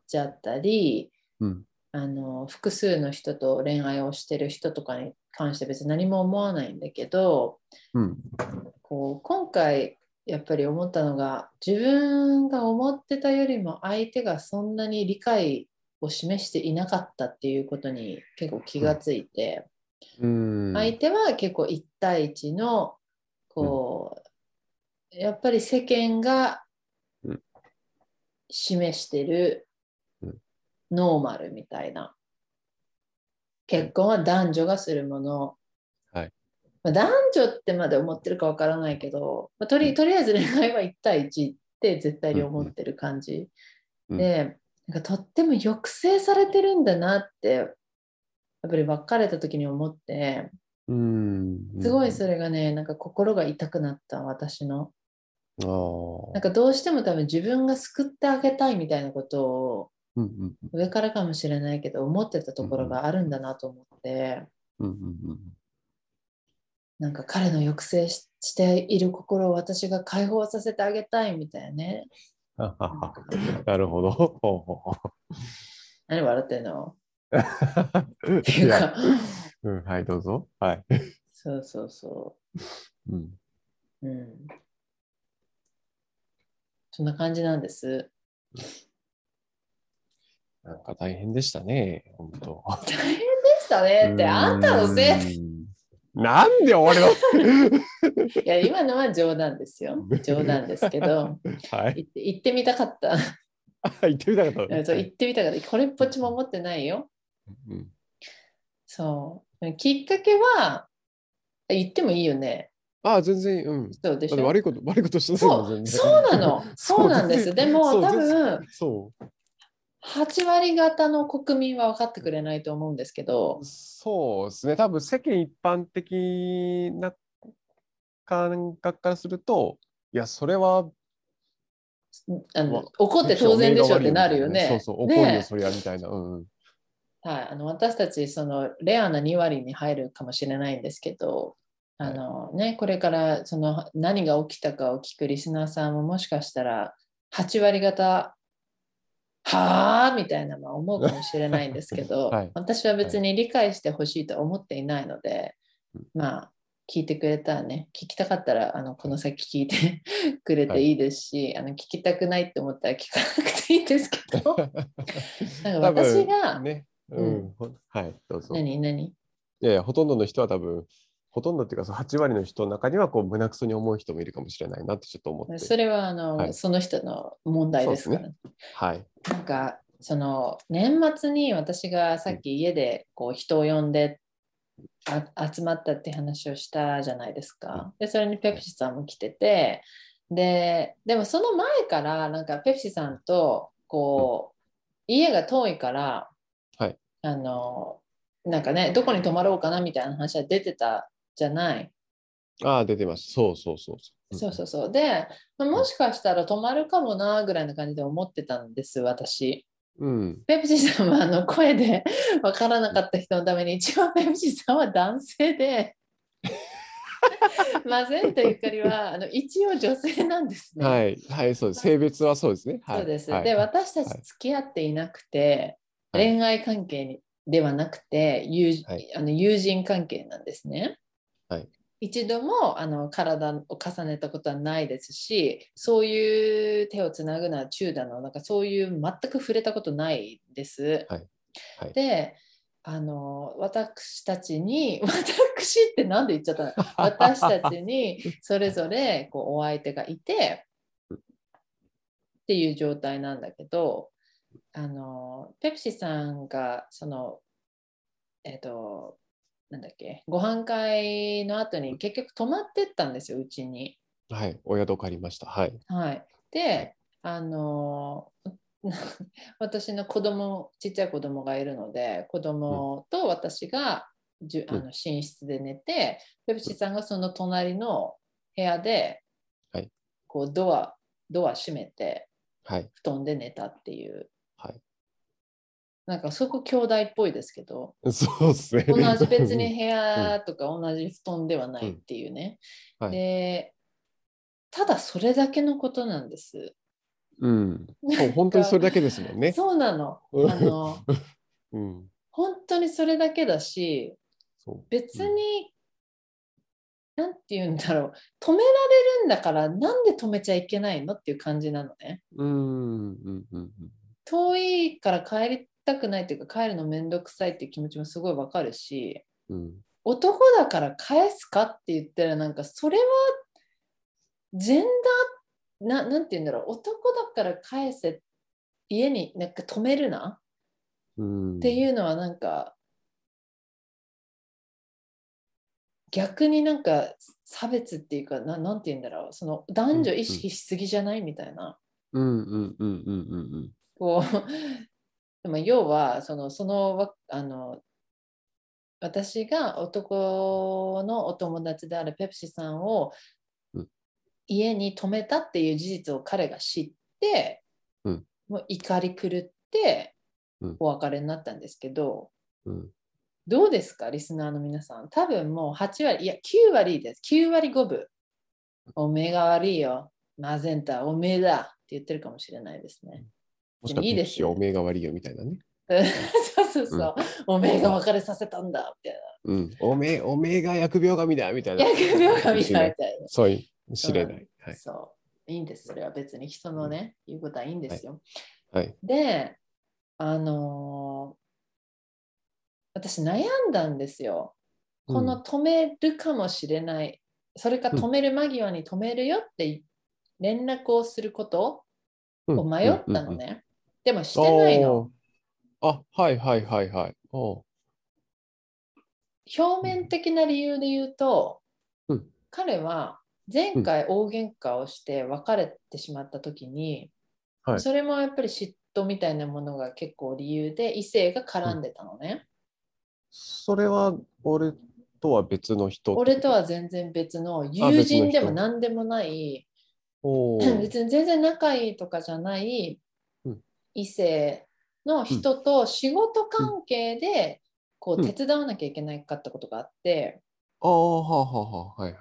ちゃったり
うん
あの複数の人と恋愛をしてる人とかに関して別に何も思わないんだけど、
うん
こう今回やっぱり思ったのが自分が思ってたよりも相手がそんなに理解を示していなかったっていうことに結構気がついて、
うん
相手は結構1対1のこう、やっぱり世間が
うん
示してる
うん
ノーマルみたいな結婚は男女がするものまあ、男女ってまで思ってるかわからないけど、まあとりとりあえず恋愛は1対1って絶対に思ってる感じ、
うん
でなんかとっても抑制されてるんだなってやっぱり別れた時に思って
うん
すごいそれがねなんか心が痛くなった私の
あー
なんかどうしても多分自分が救ってあげたいみたいなことを
うんうんうん
上からかもしれないけど思ってたところがあるんだなと思って。
うんうんうん
なんか彼の抑制ししている心を私が解放させてあげたいみたいなね。
はははなるほど。ほうほうほ
何笑ってんの
う
ってい
いうや
か、
うん、はい、どうぞ。はい。
そうそうそ
うん、
う。うん。そんな感じなんです。
なんか大変でしたね、本当。
大変でしたねって、あんたのせい。
いなんで俺の
いや、今のは冗談です よ。冗談ですけど、
はい。
行 って行ってみたかった。
あ言ってみたかったね。
そう行ってみたかった。これっぽっちも思ってないよ。
うん
そう。きっかけは、言ってもいいよね。
ああ、全然、うん。
そうでし
だ
ょ
って悪いこと、悪いことしてないもん
そう
全然
そうな のそうなんです
全
で
然
も
そう
多
全然
分
そ
8割方の国民は分かってくれないと思うんですけど
う。そうですね。多分世間一般的な感覚からすると、いや、それは
あの
わ
怒って当然でしょってなるよね。
そうそう、怒るよ、
ね
そりゃみたいな。うんうん。
はい、あの私たちそのレアな2割に入るかもしれないんですけどあの、ね、これからその何が起きたかを聞くリスナーさんももしかしたら8割方はあみたいなのは思うかもしれないんですけど、
はい
私は別に理解してほしいとは思っていないので、
うん
まあ聞いてくれたらね聞きたかったらあのこの先聞いて くれていいですし、あの聞きたくないって思ったら聞かなくていいですけどなんか
多分
私が、
ね、
う
うんん、ほはい、どうぞ。い
何何
やいや、ほとんどの人は多分、ほとんどっていうか、その8割の人の中には、こう、胸くそに思う人もいるかもしれないなってちょっと思って。
それはあの、
はい
その人の問題ですから、
はい。
なんかその年末に私がさっき家でこう人を呼んであ集まったって話をしたじゃないですか。でそれにペプシさんも来ててででもその前からなんかペプシさんとこう、家が遠いから、
はい
あのなんかねどこに泊まろうかなみたいな話は出てたじゃない。
ああ、出てます。そうそうそうそう。
そうそうそう。で、まあもしかしたら止まるかもなぐらいな感じで思ってたんです、私。
うん。
ペプシさんはあの声で 分からなかった人のために、一応ペプシさんは男性で、マゼンタゆかりはあの一応女性なんですね。
はい、はい、そうです。性別はそうですね。はい、
そうです、
はい
で私たち付き合っていなくて、
はい
恋愛関係にではなくて友,、
はい
あの友人関係なんですね。
はい
一度もあの体を重ねたことはないですしそういう手をつなぐのは中だのなんかそういう全く触れたことないです。
はいはい
であの私たちに 私ってなんで言っちゃったの私たちにそれぞれこうお相手がいてっていう状態なんだけどあのペプシさんがそのえっ、となんだっけご飯会の後に結局泊まってったんですようちに。
はい、お宿借りました。はい。
はい、であの 私の子供ちっちゃい子供がいるので子供と私がじゅ、
うん
あの寝室で寝てペプシさんがその隣の部屋で、
はい
こうドアドア閉めて
はい。
布団で寝たっていう、
はい
なんかそこ兄弟っぽいですけど
そうですね。
同じ別に。部屋とか同じ布団ではないっていうね、
うんはい
でただそれだけのことなんです。
うん。 そう、本当にそれだけですもんね。
そうなの。
うん
あの
うん。
本当にそれだけだし
そ
別に、なんて言うんだろう止められるんだからなんで止めちゃいけないのっていう感じなのね。
う。うん。うん。うん。
遠いから帰りたくないっていうか帰るのめんどくさいっていう気持ちもすごいわかるし
うん。
男だから返すかって言ったらなんかそれはジェンダーななんて言うんだろう男だから返せ家になんか止めるな
うん。
って
う
い
ん。
うのはなんか逆になんか差別っていうかななんて言うんだろうその男女意識しすぎじゃないみたいな
うん。うん。うん。うん。
こう でも要はそのそのわあの私が男のお友達であるペプシさんを
うん
家に泊めたっていう事実を彼が知って、
うん
もう怒り狂って
うん
お別れになったんですけど、
うん。
どうですか、リスナーの皆さん。多分もう8割、いや、9割です。9割5分。おめえが悪いよ。マゼンタ、おめえだって言ってるかもしれないですね。
もしか
いい
し
で
て
すよ
おめえが悪いよみたいなね。
そうそうそう。おめえが別れさせたんだみ
うん。おめえ、おめえが疫病神だみたいな。
たいな。疫病神みたいな。
そういう、知れない。はい。
そう。いいんです。それは別に人のね、言うことはいいんですよ。
はい。
で、あのー私悩んだんですよ。この止めるかもしれない、それか止める間際に止めるよって連絡をすることを迷ったのね、。でもしてないの
あ、はいはいはいはい。お
表面的な理由で言うと、
うん
彼は前回大喧嘩をして別れてしまった時に、
はい
それもやっぱり嫉妬みたいなものが結構理由で異性が絡んでたのね、
それは俺とは別の人。
俺とは全然別の友人でも何でもない
おお。
別に全然仲いいとかじゃない
うん
異性の人と仕事関係でこ
う
うん手伝わなきゃいけないかったことがあって
ああ、はあはあはあ。はい。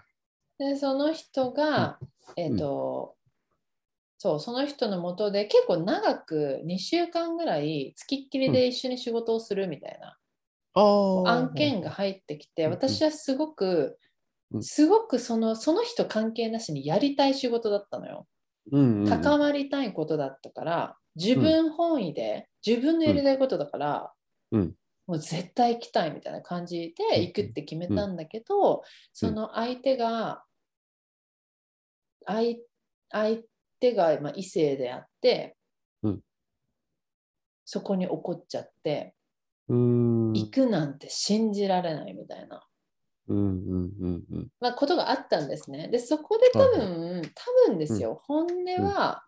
でその人がえっとそうその人のもとで結構長く2週間ぐらいつきっきりで一緒に仕事をするみたいな
ああ。
案件が入ってきて
うん
私はすごく
うん
すごくそのその人関係なしにやりたい仕事だったのよ。
うん、うん。
関わりたいことだったから、自分本位で、自分のやりたいことだから、
うん
もう絶対行きたいみたいな感じで
うん
行くって決めたんだけど、その相手が、相相手がまあ異性であって、
うん
そこに怒っちゃって、
うん。
行くなんて信じられないみたいな、
うんうんうんうん。
まあ、ことがあったんですね。でそこで多分、多分ですよ、本音は、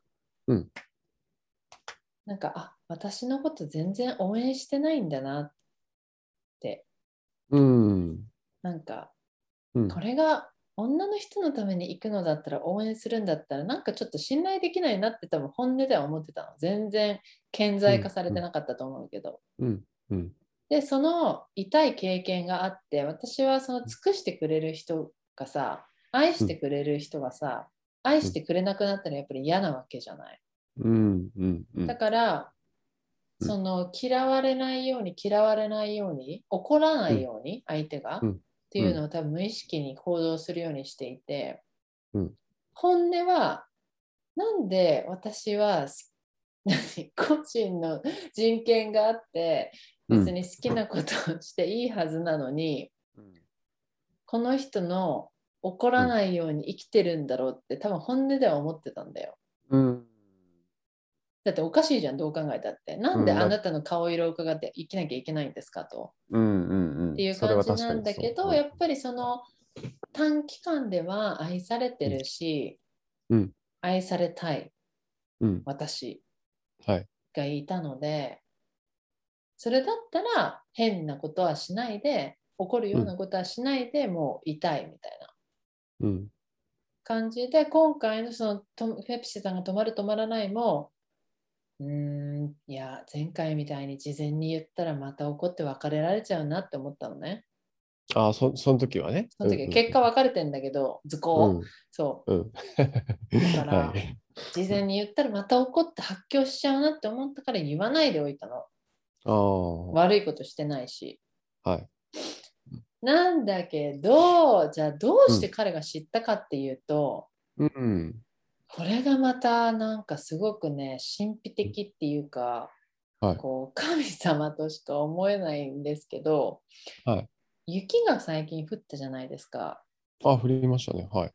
うんうん
なんかあ私のこと全然応援してないんだな
うん。
なんか、
うん
これが女の人のために行くのだったら応援するんだったらなんかちょっと信頼できないなって多分本音では思ってたの全然顕在化されてなかったと思うけど、
うんうん
でその痛い経験があって私はその尽くしてくれる人かさ愛してくれる人がさ、愛してくれなくなったらやっぱり嫌なわけじゃない。
うんうんうん
だから、
うん
その嫌われないように嫌われないように怒らないように相手が、
うん
っていうのを多分無意識に行動するようにしていて、
うん
本音はなんで私はす何個人の人権があって
うん
別に好きなことをしていいはずなのに、
うん
この人の怒らないように生きてるんだろうって多分本音では思ってたんだよ。
うん
だっておかしいじゃんどう考えたって。なんで
うんだ
あなたの顔色を伺って生きなきゃいけないんですかと。
うんうん
っていう
それ
感
は
じ
確
な
か
ん
に
だけ
そ
ど
う
やっぱりその短期間では愛されてるし、
うん
愛されたい
うん
私
はい
がいたのでそれだったら変なことはしないで怒るようなことはしないで、もう痛いみたいな。
うん
感じで今回のそのとペプシさんが止まる止まらないもうーんいや前回みたいに事前に言ったらまた怒って別れられちゃうなって思ったのね
ああそその時はね
その時
うん
結果別れてんだけど図
う
工、
ん
そ
うん
うだから、
はい
事前に言ったらまた怒って発狂しちゃうなって思ったから言わないでおいたの
ああ
悪いことしてないし
はい
なんだけどじゃあどうして彼が知ったかっていうと、
うん
これがまたなんかすごくね神秘的っていうか、
はい
こう神様としか思えないんですけど、
はい
雪が最近降ったじゃないですか、
あ振りましたねはい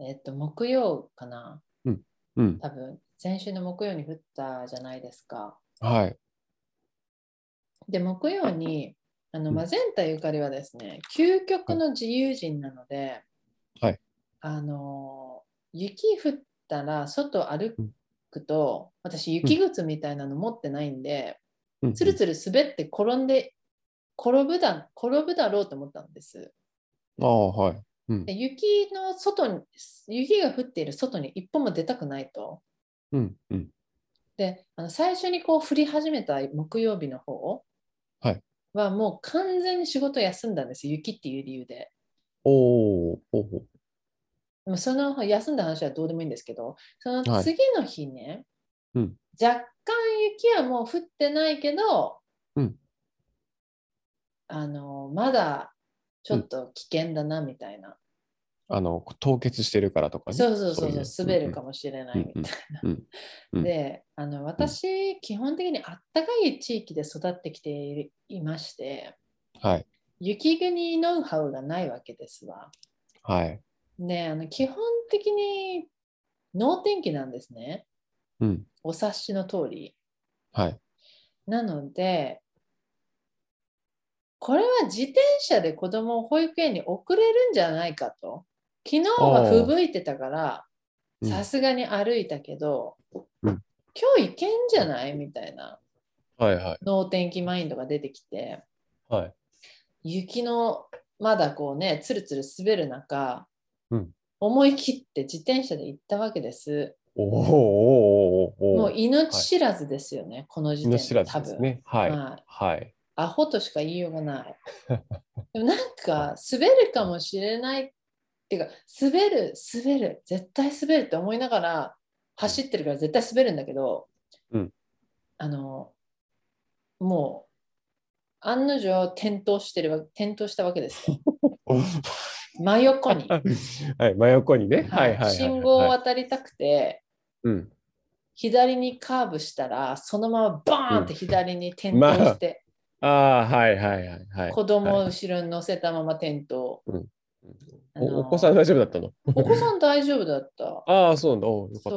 えっと木曜かな
うん
多分先週の木曜に降ったじゃないですか
はい
で木曜にあの
うん
マゼンタゆかりはですね究極の自由人なので、
はい
あの雪降ったら外歩くと私雪靴みたいなの持ってないんで、
うん
つるつる滑って転んで転ぶだ転ぶだろうと思ったんです
ああはい
で雪の外に雪が降っている外に一歩も出たくないと
うんうん
であの最初にこう降り始めた木曜日の方
はい
はもう完全に仕事休んだんです雪っていう理由で
おーおー
でもその休んだ話はどうでもいいんですけどその
はい
次の日ね、
うん
若干雪はもう降ってないけど、
うん
あのまだちょっと危険だなみたいな、
あの凍結してるからとかね
そうそうそうそう
そういう
滑るかもしれないみたいな。
うんうんうんうん
であの私基本的にあったかい地域で育ってきていいまして
はい
雪国ノウハウがないわけですわ。
はい
であの基本的に能天気なんですね
うん
お察しの通り。
はい
なのでこれは自転車で子供を保育園に送れるんじゃないかと。昨日は吹雪いてたから
うん
さすがに歩いたけど、
うん
今日行けんじゃないみたいな
はいはい
能天気マインドが出てきて
はい
雪のまだこうねつるつる滑る中、
うん
思い切って自転車で行ったわけです。
おーおーおーおー
もう命知らずですよね、この時点で
命知らずですねは
多
い
分はい
はい
アホとしか言いようが ない。でもなんか滑るかもしれないっていうか滑る滑る絶対滑るって思いながら走ってるから絶対滑るんだけど、
うん
あのもう案の定転倒してるわ転倒したわけですよ真横に、
はい、真横にね。
は
はいい、はい、はい。
信号を
は、
渡りたくて、
うん。
左にカーブしたらそのままバーンって左に転倒して。
ああ、はい、はい、はい、はい。
子供を後ろに乗せたまま転倒。
うん
あの
おお子さん大丈夫だったの
お子さん大丈夫だった。
ああ、そうなんだ。おうよかった、
そう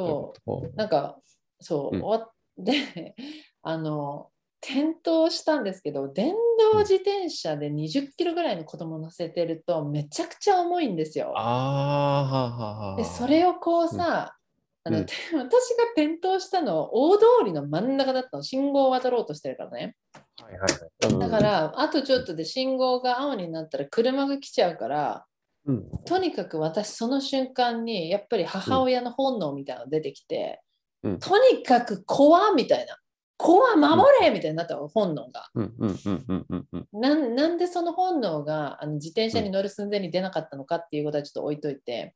よかった。
なんかそう、
うん
終わって あの転倒したんですけど電動自転車で20キロぐらいの子供乗せてるとめちゃくちゃ重いんですよ。
ああー、はあはあはあ。
でそれをこうさ、
うん
あ
う
の
ん
て私が転倒したの大通りの真ん中だったの信号を渡ろうとしてるからね
はい、はい。
だからあとちょっとで信号が青になったら車が来ちゃうから
うん、うん。
とにかく私その瞬間にやっぱり母親の本能みたいなの出てきて、
うん
とにかく怖みたいな子は守れみたいになったわ本能が
うんうんうんうんうんうん。
なんなんでその本能があの自転車に乗る寸前に出なかったのかっていうことはちょっと置いといて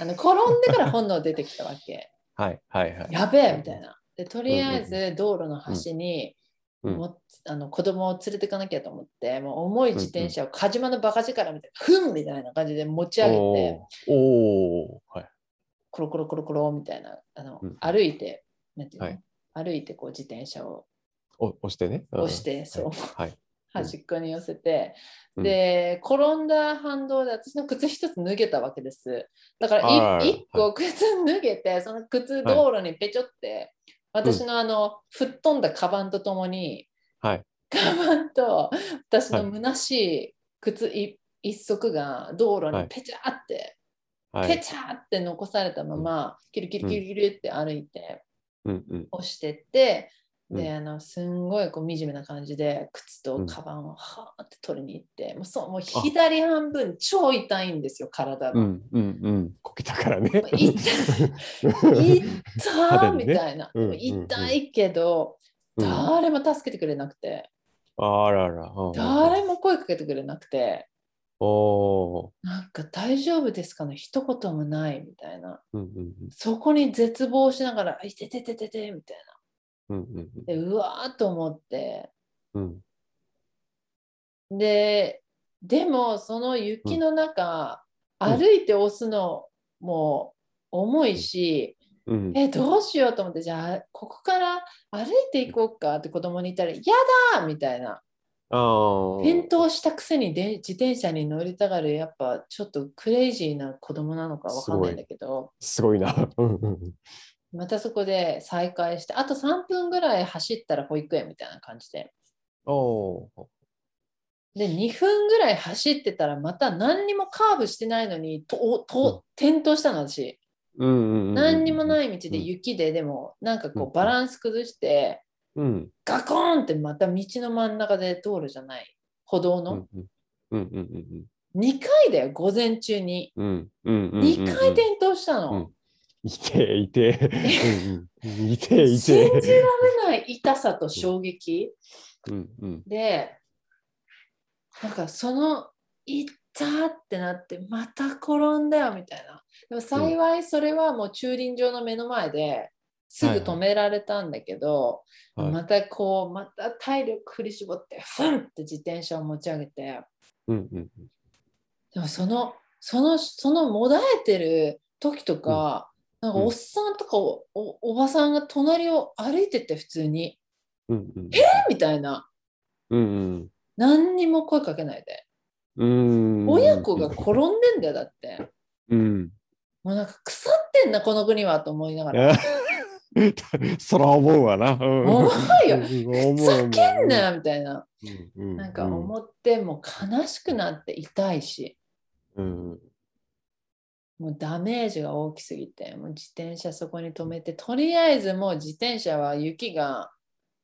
あの転んでから本能出てきたわけ
はいはいはい。
やべえみたいなでとりあえず道路の端に、
うん
もあの子供を連れていかなきゃと思ってもう重い自転車をカジマのバカ力みたいなふんみたいな感じで持ち上げて
おーおーはい。
コロコロコロコロみたいなあの、
うん
歩いてなんていうの、
はい
歩いてこう自転車を
お押してね。うん
押して、そう
はい。うん
端っこに寄せて、
うん
で転んだ反動で私の靴一つ脱げたわけですだか
あら
ら
ら
い一個靴脱げて、その靴道路にぺちょって、私のあの吹っ飛んだカバンとともに、
はい
カバンと私
は
の
い
虚しい靴い一足が道路にぺちゃって、
は
ぺ
い。
ちゃって残されたまま、キルキルキルキルって歩いて、
うんうん。
押してって、で、
う
あの、すんごいこう惨めな感じで、靴
う
と
ん
カバンをはーって取りに行って、もうそう、もう左半分超痛いんですよ、体が。
うんうんうん。こけたからね。
痛い 痛ー
肌にね
みたいな、
うんうんうん
痛いけど、
うん
誰も助けてくれなくて、
あらら。うん
誰も声かけてくれなくて、
おお
なんか大丈夫ですかの一言もないみたいな。
ー。うんうん
そこに絶望しながら、いてててててみたい
うんうんう
な。
ん
で、うわーと思って、
うん。
ででもその雪の中、
うん
歩いて押すのも重いし、
うん。
えどうしようと思ってじゃあここから歩いていこうかって子供に言ったら「やだ!」みたいな
ああ。
転倒したくせにで自転車に乗りたがるやっぱちょっとクレイジーな子供なのかわかんないんだけど
すごいな。うんうん
またそこで再開してあと3分ぐらい走ったら保育園みたいな感じで。
おお。
で2分ぐらい走ってたらまた何にもカーブしてないのにとおと転倒したの私
うんうんうん。
何にもない道で
うん
雪ででもなんか
う
こ
ん
うバランス崩して
うん。
ガコーンってまた道の真ん中で道路じゃない歩道
うんう
の
んうんうん
2回だよ午前中に
うんうんうん。
2回転倒した
うん
の
いていて。うんうんいてい
信じら
て。
れない痛さと衝撃
うんうん
でなんかその「いった!」ってなってまた転んだよみたいなでも幸いそれはもう駐輪場の目の前ですぐ止められたんだけど、
はいはい
またこうまた体力振り絞ってふんって自転車を持ち上げて
うんうん。
でもそのそのそのもだえてる時とか、なんかおっさんとかおおおばさんが隣を歩いてて普通に
うんうん。
「みたいな
うん
何にも声かけないで。
うん。
親子が転んでんだよだって
うん。
もうなんか腐ってんなこの国はと思いながら
そら思うわな。思
重いよ
思
ふざけんなよみたいな
うん
なんか思ってもう悲しくなって痛いし
うん。
もうダメージが大きすぎてもう自転車そこに止めてとりあえずもう自転車は雪が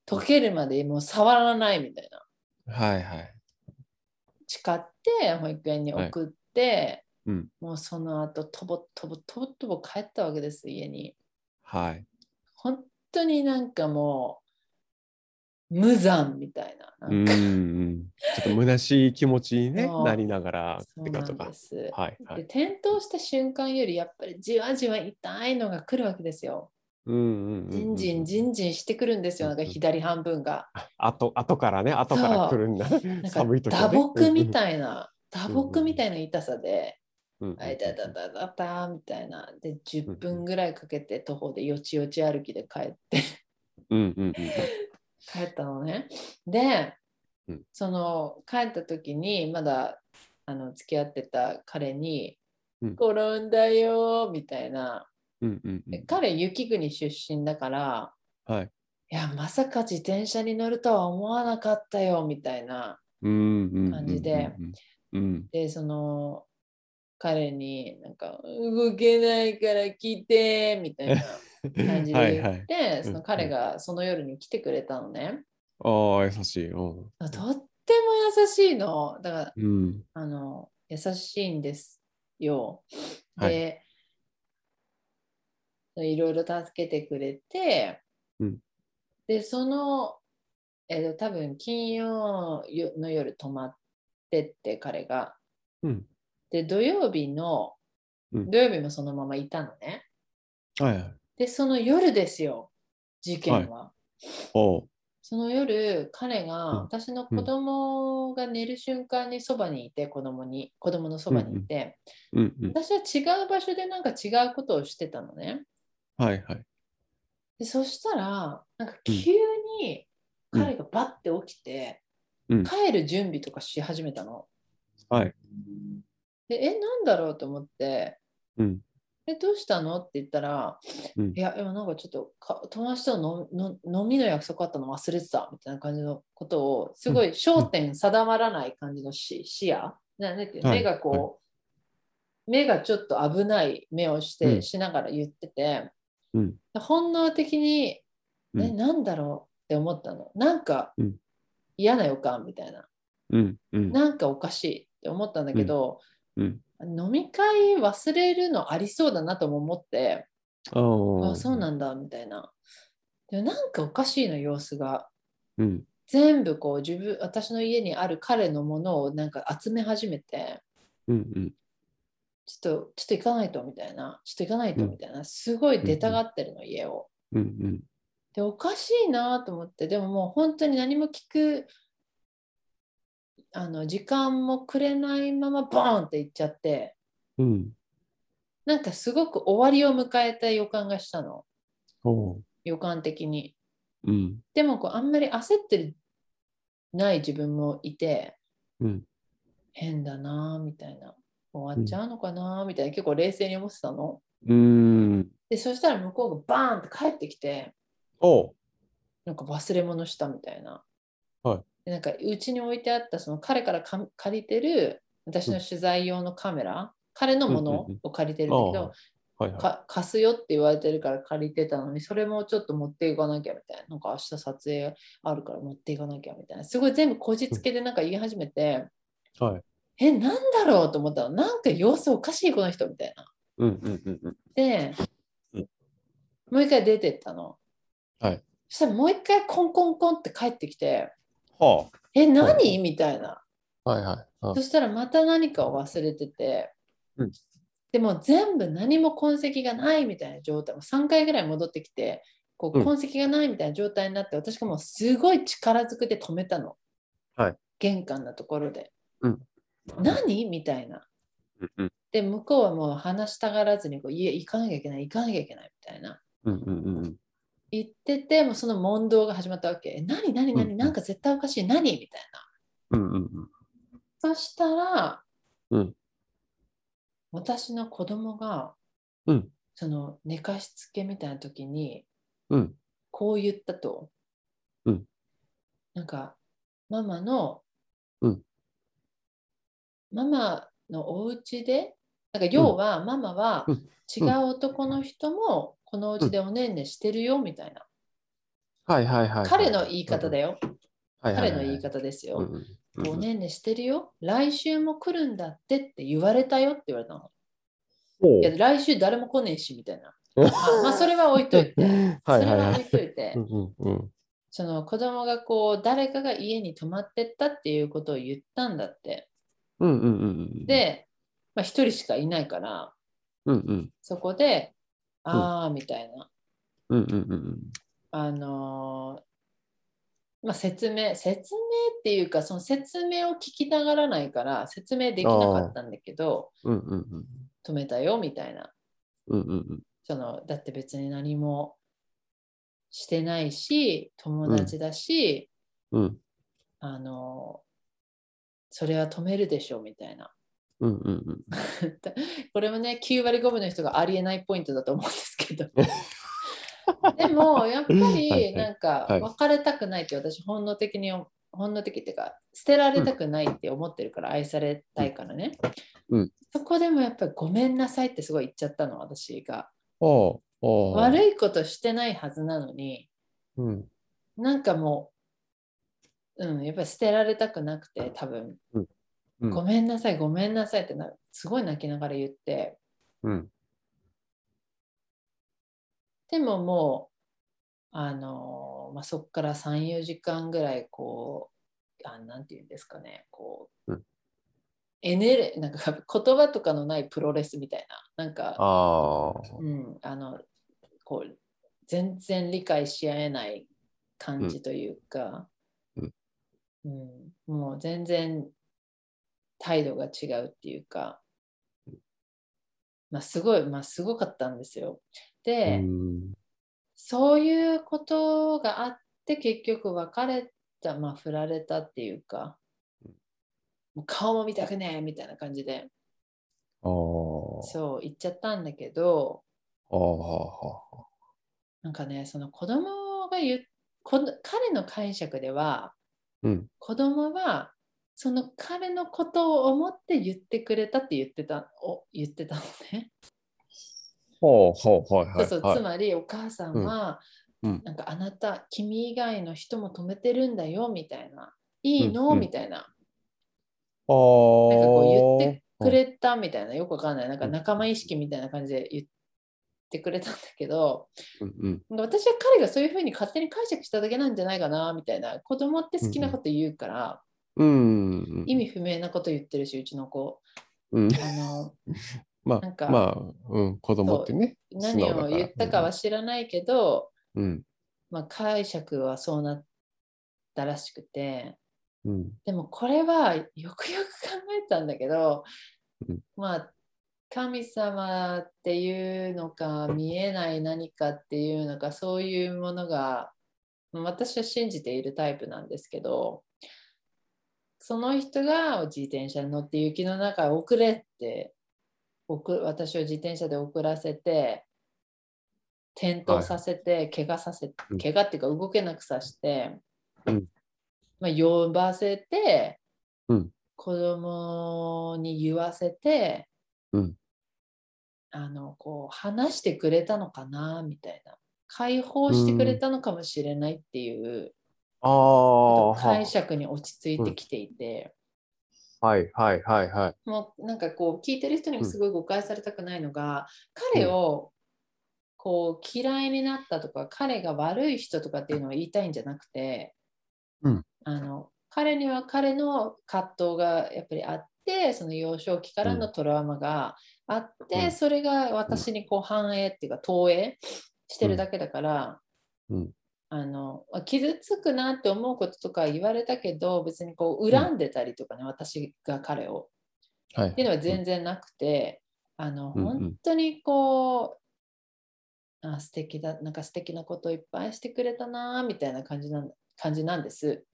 溶けるまでもう触らないみたいな
はいはい。
誓って保育園に送って、
はいうん
もうその後とぼとぼとぼとぼ帰ったわけです家に。
はい。
本当になんかもう無残みたいな
う
なん
ん
か、
うん。ちょっと虚しい気持ちにね
そう
なりながら
そう
って
な
こと
ん
か
で。す、
はいは
で
い。
転倒した瞬間よりやっぱりじわじわ痛いのが来るわけですよ
うんうんうん。
じんじんじんじんしてくるんですよなんか左半分が
あと、あとからね、あとから来るんだ。
なんか
寒い時は
打
ね
撲みたいな打撲みたいな痛さで
うんうん
あいたたたたたみたいなで10分ぐらいかけて徒歩でよちよち歩きで帰って
うんうんうん。
帰ったのね。で、
うん
その帰った時にまだあの付き合ってた彼に「
うん
転んだよ」みたいな、
うんうんう
で
ん。
彼雪国出身だから
はい。
「いやまさか自転車に乗るとは思わなかったよ」みたいな
うんうんうんうん。
感じで
うん。うん。
でその彼になんか「動けないから来て」みたい な感じ
は
で
いは
言っ
い。
て、その彼がその夜に来てくれたのね。
ああ、優しい。うん。
とっても優しいの。だから
うん。
あの優しいんですよ。
はい
で、い、ろいろ助けてくれて、
うん
で、その、えーと、多分金曜の夜泊まってって、彼が。
うん
で、土曜日の、
うん
土曜日もそのままいたのね。
はいはい。
で、その夜ですよ、事件は。
おう
その夜、彼
うん
が私の子供が寝る瞬間にそばにいて、子供に、子供のそばにいて、
うんうん。
私は違う場所でなんか違うことをしてたのね。
はいはい。
でそしたら、なんか急に
うん
彼がバッて起きて、
うん
帰る準備とかし始めたの。
はい。
で、え、なんだろうと思って、
うん
え、どうしたのって言ったら、
うん
いや、今なんかちょっとか友達とのの飲みの約束あったの忘れてたみたいな感じのことを、すごい焦点定まらない感じの視視野、ななんていうの
はい
目がこう、
は
目がちょっと危ない目をして、
うん
しながら言ってて、
うん
本能的に、
うん
え、なんだろうって思ったの。なんか、
うん
嫌な予感みたいな。
うんうん。
なんかおかしいって思ったんだけど、
うん
飲み会忘れるのありそうだなとも思って、
あ
あそう
の。
なんだみたいな。でもなんかおかしいの様子が
うん。
全部こう自分私の家にある彼のものをなんか集め始めて
うんうん。
ちょっとちょっと行かないとみたいなちょっと行かないと
うん
みたいな、すごい出たがってるの家を。
うんうん。
でおかしいなと思ってでももう本当に何も聞くあの時間もくれないままボーンって行っちゃって
うん。
なんかすごく終わりを迎えた予感がしたの
おう。
予感的に
うん。
でもこうあんまり焦ってない自分もいて、
うん
変だなぁみたいな終わっちゃうのかなぁみたいな、結構冷静に思ってたの
うーん。
でそしたら向こうがバーンって帰ってきて
おう。
なんか忘れ物したみたいな。
はい
でなんかうちに置いてあったその彼からか借りてる私の取材用のカメラ、彼のもの
うんうんうん
を借りてるんだけど、
ああ。はいは
か貸すよって言われてるから借りてたのにそれもちょっと持っていかなきゃみたいななんか明日撮影あるから持っていかなきゃみたいなすごい全部こじつけでなんか言い始めて、
い。はい。
えなんだろうと思ったのなんか様子おかしいこの人みたいな。
うんうんうんうん。
で、
うん
もう一回出てったの。
はい
そしたらもう一回コンコンコンって帰ってきて
は
「え何?
は
みたいな。
あ。はいはい。あ
そしたらまた何かを忘れてて。
うん
でも全部何も痕跡がないみたいな状態もう3回ぐらい戻ってきてこう
うん
痕跡がないみたいな状態になって、私がもうすごい力ずくで止めたの、
はい
玄関のところで、
うん
何みたいな
うんうん。
で向こうはもう話したがらずにこう家行かなきゃいけない行かなきゃいけないみたいな
うんうんうんうん。
言っててもうその問答が始まったわけえ何何
うんう
何
ん
なんか絶対おかしい何みたい
うんうんうん。
なそしたら、
うん
私の子供が、
うん
その寝かしつけみたいな時に
うん。
こう言ったと、
うん
なんかママの、
うん
ママのお家でなんか要はママは
うん
違う男の人もこのお家でおねんねしてるよみたいな、
はいはいはい。
彼の言い方だ
よ。
よ、
はいはい
彼の言い。方ですよ、
うんうんうん
おねんねしてるよ来週も来るんだってって言われたよって言われたの
ほう
いや来週誰も来ねえしみたいなあまあそれは置いといてそ
はい
れ
はい
は
は
置い
い。
といて
うんうんうん。
その子供がこう誰かが家に泊まってったっていうことを言ったんだって。
うんうんうんうん。、
で、まあ、一人しかいないから、
うんうん。
そこで、ああ、みたいな、
うんうんうん
あのーまあ、説明、説明っていうか、その説明を聞きたがらないから、説明できなかったんだけど、
うん。うんうんうん。
止めたよ、みたいな。
うんうんうん。
そのだって別に何もしてないし友達だし、
うん
あのそれは止めるでしょうみたいな
うんうんうん。
これもね9割5分の人がありえないポイントだと思うんですけ どでもやっぱ
はいは
り
い
なんか
はい
別れたくないって私本能的に本能的っていうか捨てられたくないって思ってるから愛されたいからね、
うん
そこでもやっぱりごめんなさいってすごい言っちゃったの私が。
おおい。
悪いことしてないはずなのに
うん
なんかもう、うん、やっぱり捨てられたくなくて多分、
うん
ごめんなさいごめんなさいってなすごい泣きながら言って
うん
でももあのまあ、そこから34時間ぐらいこうあなんていうんですかねこう、
うん
エネルなんか言葉とかのないプロレスみたいななんか
ああ。
うん、あのこう全然理解し合えない感じというか、
うん
うんもう全然態度が違うっていうか、まあ、すごい、まあ、すごかったんですよ。で、
うん
そういうことがあって結局別れた、まあ、振られたっていうか、もう顔も見たくねえみたいな感じで
ああ。
そう言っちゃったんだけど、
ああ。
なんかね、その子供が言う、この彼の解釈では、
うん。
子供はその彼のことを思って言ってくれたって言ってた、お言ってたのね。
ほうほうはいはい。
そうそう、
はい
つまりお母さんは、
うんうん
なんかあなた、君以外の人も止めてるんだよみたいな、いいの、
うんうん
みたいな、
あ
な
あ。
んかこう言ってくれたみたいな、よくわかんない、なんか仲間意識みたいな感じで言ってくれたんだけど、
うんうん。
私は彼がそういうふうに勝手に解釈しただけなんじゃないかなみたいな子供って好きなこと言うから、
うんうん。
意味不明なこと言ってるしうちの子
うん。
あ の
ま
なん
あ、
か
まあ、うん、子供ってね。
何
素直だか
を
ら
言ったかは知らないけど、
うん。
まあ、解釈はそうなったらしくて
うん。
でもこれはよくよく考えたんだけど、
うん
まあ神様っていうのか見えない何かっていうのかそういうものがまあ私は信じているタイプなんですけどその人が自転車に乗って雪の中へ送れって送私を自転車で送らせて転倒させて、怪我させ
うん
怪我っていうか動けなくさして、
うん
まあ、呼ばせて、
うん
子供に言わせて、
うん
あのこう話してくれたのかなみたいな解放してくれたのかもしれないっていう、
ああ。
解釈に落ち着いてきていて、
はいはいはいはい。
もうなんかこう聞いてる人にもすごい誤解されたくないのが、
うん
彼をこう嫌いになったとか彼が悪い人とかっていうのを言いたいんじゃなくて、
うん
あの彼には彼の葛藤がやっぱりあってその幼少期からのトラウマがあって、
うん
それが私にこう反映っていうか投影してるだけだから、
うん
あの傷つくなって思うこととか言われたけど別にこう恨んでたりとかね、私が彼を。
はい。
っていうのは全然なくて、あの
うんうん
本当にこう、あ素敵だなんか素敵なことをいっぱいしてくれたなみたいな感じなん感じなんです。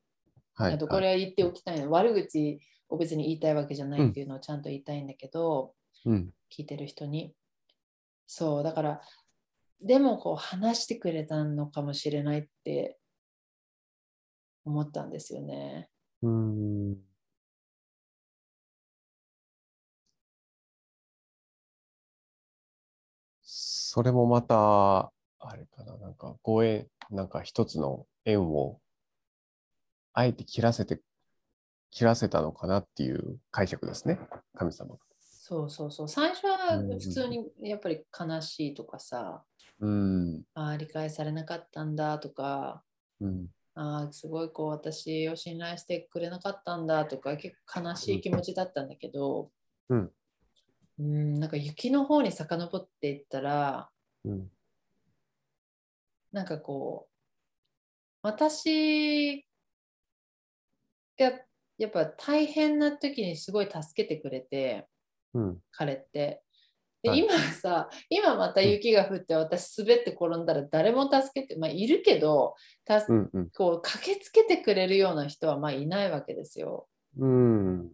はい
あとこれは言っておきたいの、悪口を別に言いたいわけじゃないっていうのをちゃんと言いたいんだけど、
うん。
聞いてる人に。そうだからでもこう話してくれたのかもしれないって思ったんですよね。
うん。それもまた、あれかな、なんか、ご縁、なんか一つの縁を、あえて切らせて、切らせたのかなっていう解釈ですね、神様が。
そうそうそう最初は
うん
普通にやっぱり悲しいとかさ、
うん。
あー理解されなかったんだとか
うん。
あーすごいこう私を信頼してくれなかったんだとか結構悲しい気持ちだったんだけど、
うん
うんなんか雪の方に遡っていったら
うん。
なんかこう私がやっぱ大変な時にすごい助けてくれて
うん。
彼って。で
はい
今さ、今また雪が降って私滑って転んだら誰も助けて、まあ、いるけど、助
うん。うん。
こう駆けつけてくれるような人はまあいないわけですよ。
うん。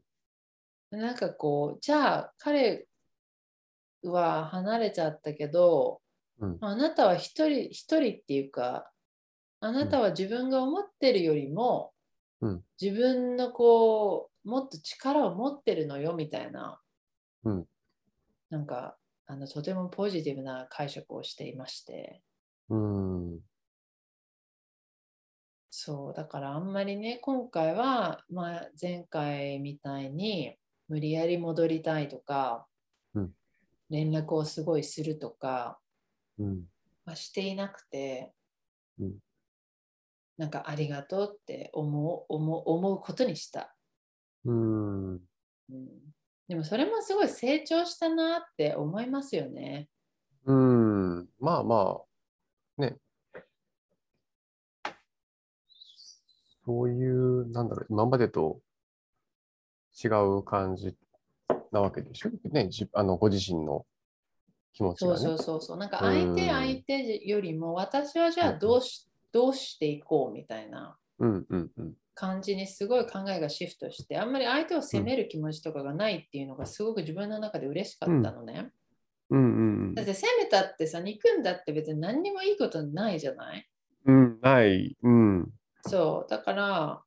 なんかこうじゃあ彼は離れちゃったけど、
うん
あなたは一人一人っていうかあなたは自分が思ってるよりも、
うん
自分のこうもっと力を持ってるのよみたいな、
うん
なんかあのとてもポジティブな解釈をしていまして。
うん。
そうだからあんまりね今回は、まあ、前回みたいに無理やり戻りたいとか、
うん
連絡をすごいするとか
うん。
はしていなくて
うん
なんかありがとうって思う思う思うことにした、
うん。
うん、でもそれもすごい成長したなって思いますよね
うん。まあまあ、ね。そういう、なんだろう、今までと違う感じなわけでしょね、じあのご自身の気持ち
そ
が
う
ね。
そうそうそうなんか相手
うん
相手よりも私はじゃあどうしどうしていこうみたいな
うんうんうん。
感じにすごい考えがシフトしてあんまり相手を責める気持ちとかがないっていうのがすごく自分の中で嬉しかったのね、
うんうん
だって責めたってさ憎んだって別に何にもいいことないじゃない
うん。うん、ない。うん。
そうだから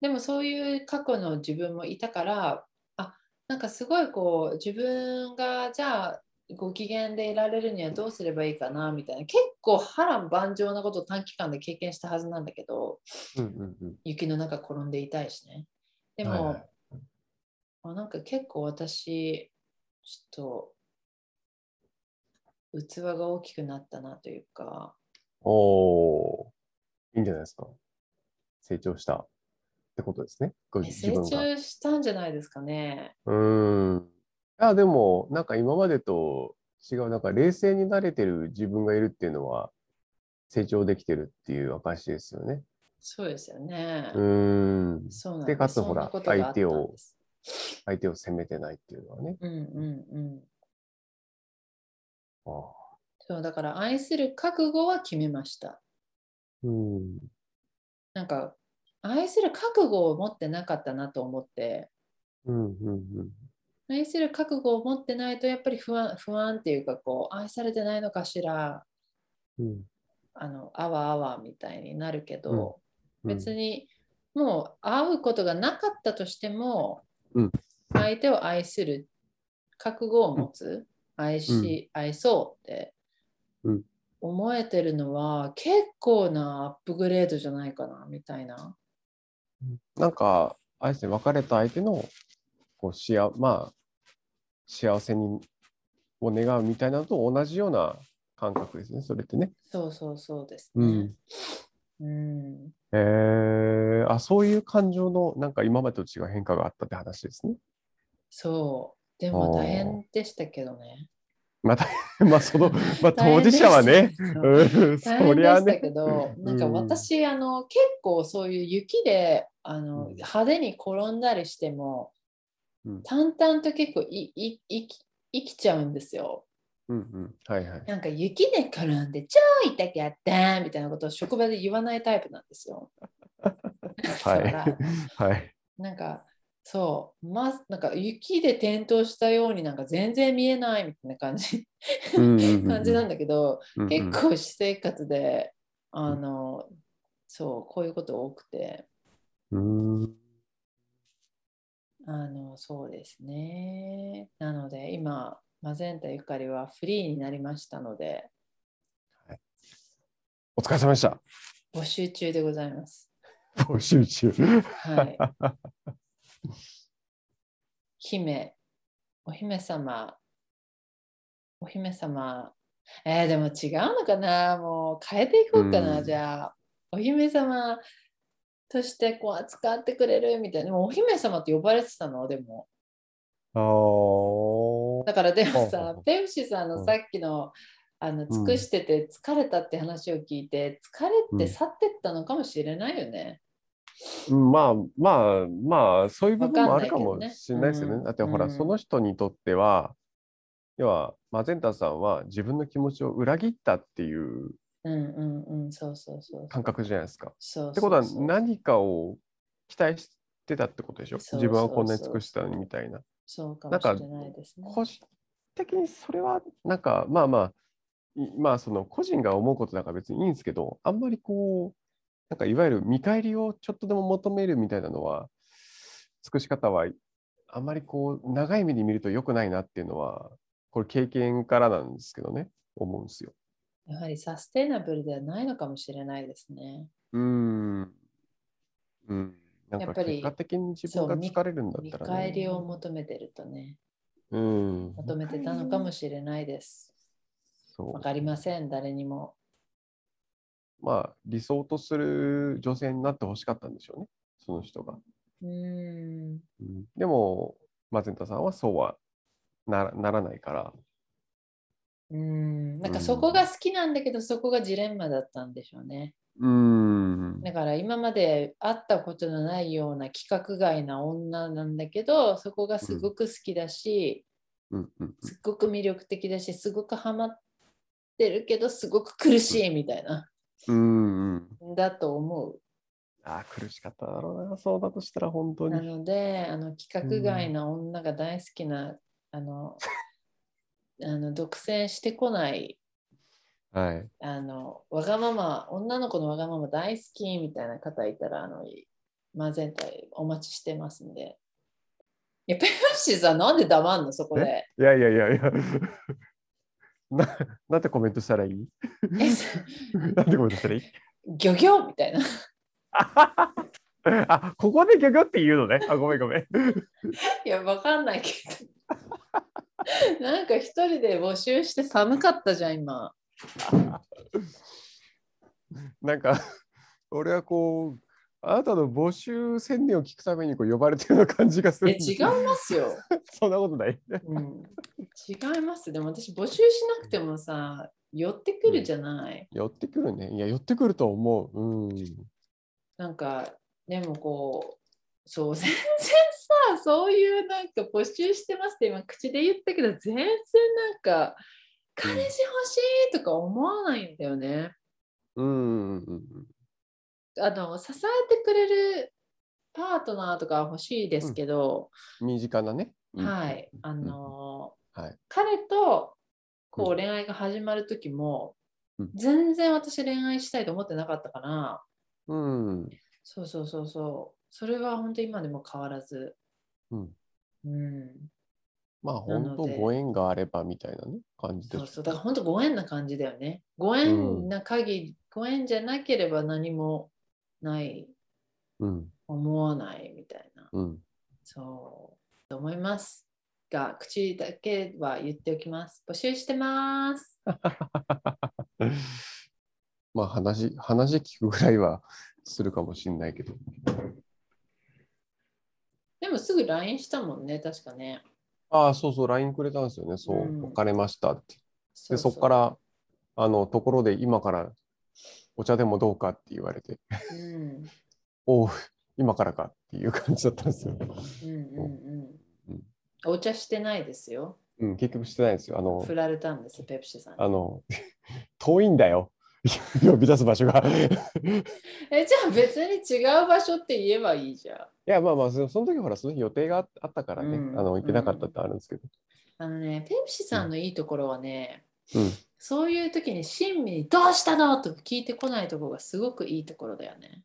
でもそういう過去の自分もいたからあなんかすごいこう自分がじゃあご機嫌でいられるにはどうすればいいかなみたいな結構波乱万丈なことを短期間で経験したはずなんだけど
うんうんうん。
雪の中転んでいたいしねでも、
はいはい
あなんか結構私ちょっと器が大きくなったなというか
おーいいんじゃないですか。成長したってことですね。ご
え
自
成
分が。
長したんじゃないですかね。
うーん。あ、でも、なんか今までと違う、なんか冷静になれてる自分がいるっていうのは、成長できてるっていう証ですよね。
そうですよね。
うーん。
そうなん
でかつ
そん
ほら
なことがあったん
相手を
です
相手を責めてないっていうのはね。
うんうんうん。
ああ
そうだから愛する覚悟は決めました。
うん。
なんか愛する覚悟を持ってなかったなと思って、
うん、うん、
愛する覚悟を持ってないとやっぱり不安不安っていうかこう愛されてないのかしら、
うん。
あのあわあわみたいになるけど、
うん。
別にもう会うことがなかったとしても、
うん
相手を愛する覚悟を持つ、愛し、愛そうって
うん
思えてるのは結構なアップグレードじゃないかなみたいな。
なんか、あれですね、別れた相手の、こう、しあ、まあ、幸せに、を願うみたいなのと同じような感覚ですね、それってね。
そうそうそうです
う
ね
ん。
うん、
へえあ、そういう感情の、なんか今までと違う変化があったって話ですね。
そう。でも大変でしたけどね。
また、まあ、その、まあ、当事者は
大変
ね
で、したけど大変で
うん、そりゃ
した
ね、
けど、
ん
なんか私、あの結構そういう雪であの
うん
派手に転んだりしても、
うん
淡々と結構いいいき生きちゃうんですよ。
うんうん、はいはい。
なんか雪で転んで超痛くやったみたいなことを職場で言わないタイプなんですよ。
は
だから
い。はい。
なんかそう、まず、なんか雪で転倒したようになんか全然見えないみたいな感じ
うんうんうん
感じなんだけど、
うんうん
結構私生活であの、そうこういうこと多くて
うん
あのそうですねなので今マゼンタゆかりはフリーになりましたので
お疲れ様でした。
募集中でございます
募集中。
はい 姫お姫様お姫様えー、でも違うのかなもう変えていこうかな、
うん
じゃあお姫様としてこう扱ってくれるみたいなでもお姫様って呼ばれてたのでも
あー
だからでも
ほうほう
さ
ほう、
ペプシさん
う
の
ん
さっきの、あの尽くしてて疲れたって話を聞いて、疲れて去ってったのかもしれないよね。
うんまあまあまあそういう部分もあるか
わかん
も
ないけどね
しれないですよね。
うん
だってほら、
うん
その人にとっては要はマゼンタさんは自分の気持ちを裏切ったっていう
うんうんうん、そうそうそう。
感覚じゃないですか。
そうそうそう
ってことは何かを期待してたってことでしょ
そう
自分はこんなに尽くしたのにみたいな。
そうかもしれないですね。
個人的にそれはなんかまあまあいまあその個人が思うことだから別にいいんですけどあんまりこうなんかいわゆる見返りをちょっとでも求めるみたいなのは尽くし方はあんまりこう長い目に見ると良くないなっていうのはこれ経験からなんですけどね思うんですよ。
やはりサステイナブルではないのかもしれないですね。
うん。うん。なん
や
か
っぱり
結果的に自分が疲れるんだ
見
ったら、
返りを求めてるとね、
うん、
求めてたのかもしれないです。
そう
わかりません、誰にも。
まあ、理想とする女性になってほしかったんでしょうね、その人が。
うん。
うんでも、マゼンタさんはそうはならならないから、
うん。なんかそこが好きなんだけど、そこがジレンマだったんでしょうね。
うーん、
だから今まで会ったことのないような規格外な女なんだけど、そこがすごく好きだし、
うんうん
すっごく魅力的だし、すごくハマってるけど、すごく苦しいみたいな、
うんうん、
だと思う。
あー苦しかっただろうな、そうだとしたら本当
な
に。
のであの規格外な女が大好きな、あ のあの独占してこない
はい、
あのわがまま女の子のわがまま大好きみたいな方いたらあのマゼンタお待ちしてますんで。いやペプシーさんなんで黙んのそこで。
いやいやいやいや。 ななんてコメントしたらい い
え
なんてコメントしたらいい
ギョギョみたいな。
あここでギャグって言うのね。あごめんごめん。
いやわかんないけど。 なんか一人で募集して寒かったじゃん今。
なんか 俺はこうあなたの募集宣伝を聞くためにこう呼ばれて るような感じがす
え
るんで
違いますよ。
そんなことない。
うん違います。でも私募集しなくてもさ、寄ってくるじゃない。
寄ってくるね。いや寄ってくると思う。うん。
なんか、でもこう、そう、 全然さ、そういうなんか募集してますって今口で言ったけど、全然なんか、彼氏欲しいとか思わないんだよね。
うんうんうん
あの、支えてくれるパートナーとかは欲しいですけど、
うん。身近なね。うん
はい。、あのー
はい
彼とこ
う
うん恋愛が始まる時も、
うん
全然私恋愛したいと思ってなかったから、
うん。
そうそうそうそう、それは本当今でも変わらず、
うん
うん、
まあ
なの
本当
で
ご縁があればみたいなね感じで
そう
す。
そう、だから本当ご縁な感じだよね。ご縁な限り、ご縁じゃなければ何もない、
うん
思わないみたいな、
うん。
そう、と思います。が、口だけは言っておきます。募集してます。
まあ話話聞くぐらいはするかもしれないけど。
でもすぐ LINE したもんね、確かね。
ああそうそう LINE くれたんですよね。そううん別れましたって。
そ
で
う
そうこからあのところで今からお茶でもどうかって言われて、
うん
おう今からかっていう感じだったんですよ。
うんうんう
うん
ん。お茶してないですよ。
うん結局してないんですよ。あの
振られたんです、ペプシさんに。
あの 遠いんだよ。 呼び出す場所が。
え、じゃあ別に違う場所って言えばいいじゃん。
いやまあまあそその時ほらその日予定がああったからね、
うん
あの行けなかったってあるんですけど、
あのね、ペプシさんのいいところはね、
うん
そういう時に親身にどうしたのとか聞いてこないところがすごくいいところだよね。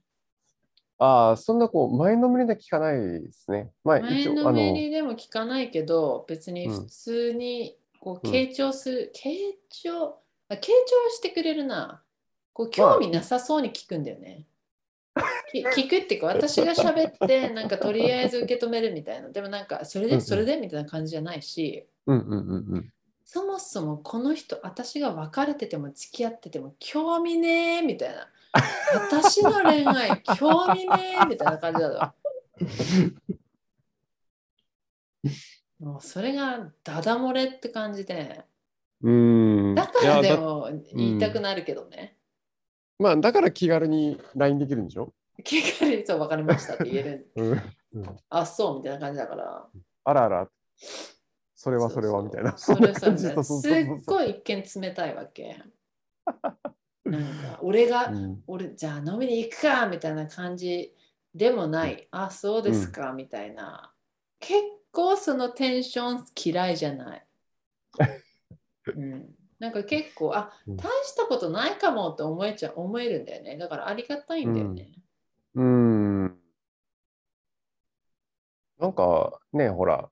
ああそんなこう前のめりで聞かないですねまあ
前
一応
の
あ
め
の
りでも聞かないけど、別に普通にこう
うん
傾聴する、傾聴、あ傾聴はしてくれるな。こう興味なさそうに聞くんだよね。 き聞くっていうか私が喋ってなんかとりあえず受け止めるみたいなでもなんかそれ
うんう
で
ん
それでみたいな感じじゃないし、
うんうんうんうん
そもそもこの人私が別れてても付き合ってても興味ねえみたいな私の恋 愛興味ねえみたいな感じだわもうそれがダダ漏れって感じで
うーん
だか
い
ら
や
で
だ
も言いたくなるけどね、
まあだから気軽に LINE できるんでしょ、
結局そう分かりましたって言える
うん、
あそうみたいな感じだから
あらあらそ
そ
れはそれはみ たいな
それそれ
んな感じ
それ
そう
す
そうそう
っごい一見冷たいわけなんか俺が、
うん
俺じゃあ飲みに行くかみたいな感じでもない、あそうですか、みたいな結構そのテンション嫌いじゃ ない、うん、なんか結構あ
うん
大したことないかもって思えちゃ思えるんだよねだからありがたいんだよね、
うーんなんかねほら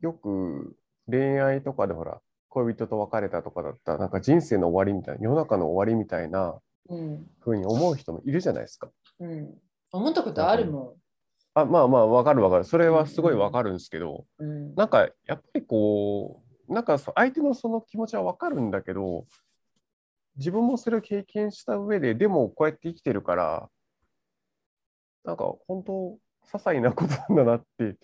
よく恋愛とかでほら恋人と別れたとかだったらなんか人生の終わりみたいな世の中の終わりみたいな
うん
ふうに思う人もいるじゃないですか。
うん思ったことあるも
あまあまあわかるわかるそれはすごいわかるんですけど、
ん、うん
なんかやっぱりこうなんかそ相手のその気持ちはわかるんだけど自分もそれを経験した上で、でもこうやって生きてるから、なんか本当、些細なことなんだなって、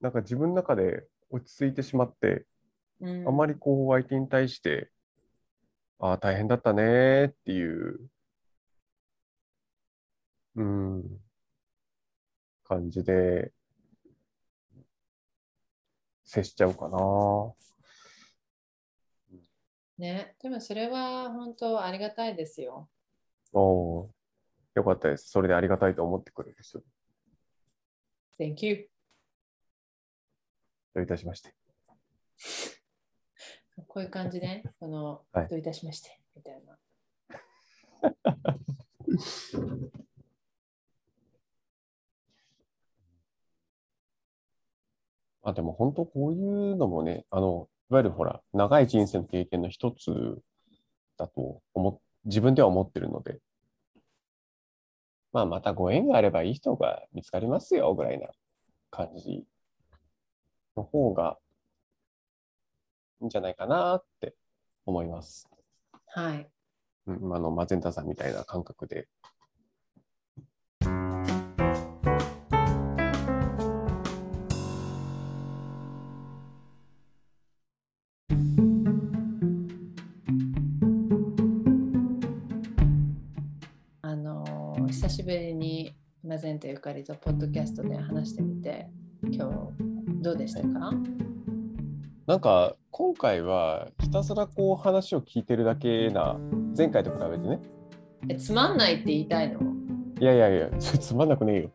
なんか自分の中で落ち着いてしまって、うん、あまりこう相手に対して、ああ、大変だったねっていう、うん、感じで、接しちゃうかな。
ね、でもそれは本当ありがたいですよ。
おお、よかったです。それでありがたいと思ってくれる人。
Thank you.
どういたしまして。
こういう感じ で、その、はい、どういたしまして、みたいな。
あでも本当こういうのもね、あのいわゆるほら、長い人生の経験の一つだと思、自分では思ってるので、まあ、またご縁があればいい人が見つかりますよ、ぐらいな感じの方がいいんじゃないかなって思います。
はい。
うん、あの、マゼンタさんみたいな感覚で。
久しぶりに「マゼンとゆかり」とポッドキャストで話してみて今日どうでしたか
なんか今回はひたすらこう話を聞いてるだけな前回と比べてね
えつまんないって言いたいの
いやいやいやつまんなくねえよ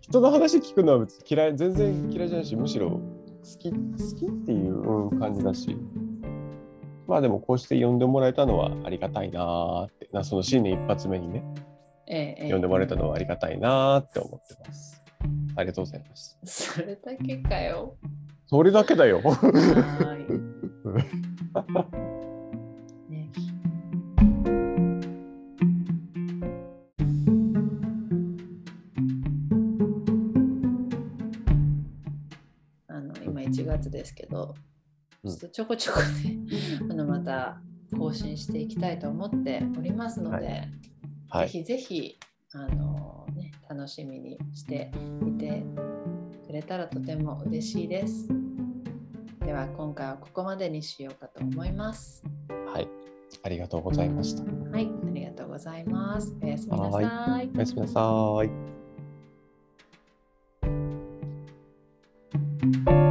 人の話聞くのは嫌い全然嫌いじゃないしむしろ好き好きっていう感じだしまあでもこうして呼んでもらえたのはありがたいなってなその新年一発目にね、
ええ、
呼んでもらえたのはありがたいなって思ってます。ありがとうございます。
それだけかよ。
それだけだよ。
ね、あの今1月ですけど。ちょっとちょこちょこね、あのまた更新していきたいと思っておりますので、はいはい、ぜひぜひあの、ね、楽しみにしていてくれたらとても嬉しいです。では今回はここまでにしようかと思います。
はい、ありがとうございました。
はい、ありがとうございます。おやすみなさい。
おやすみなさい。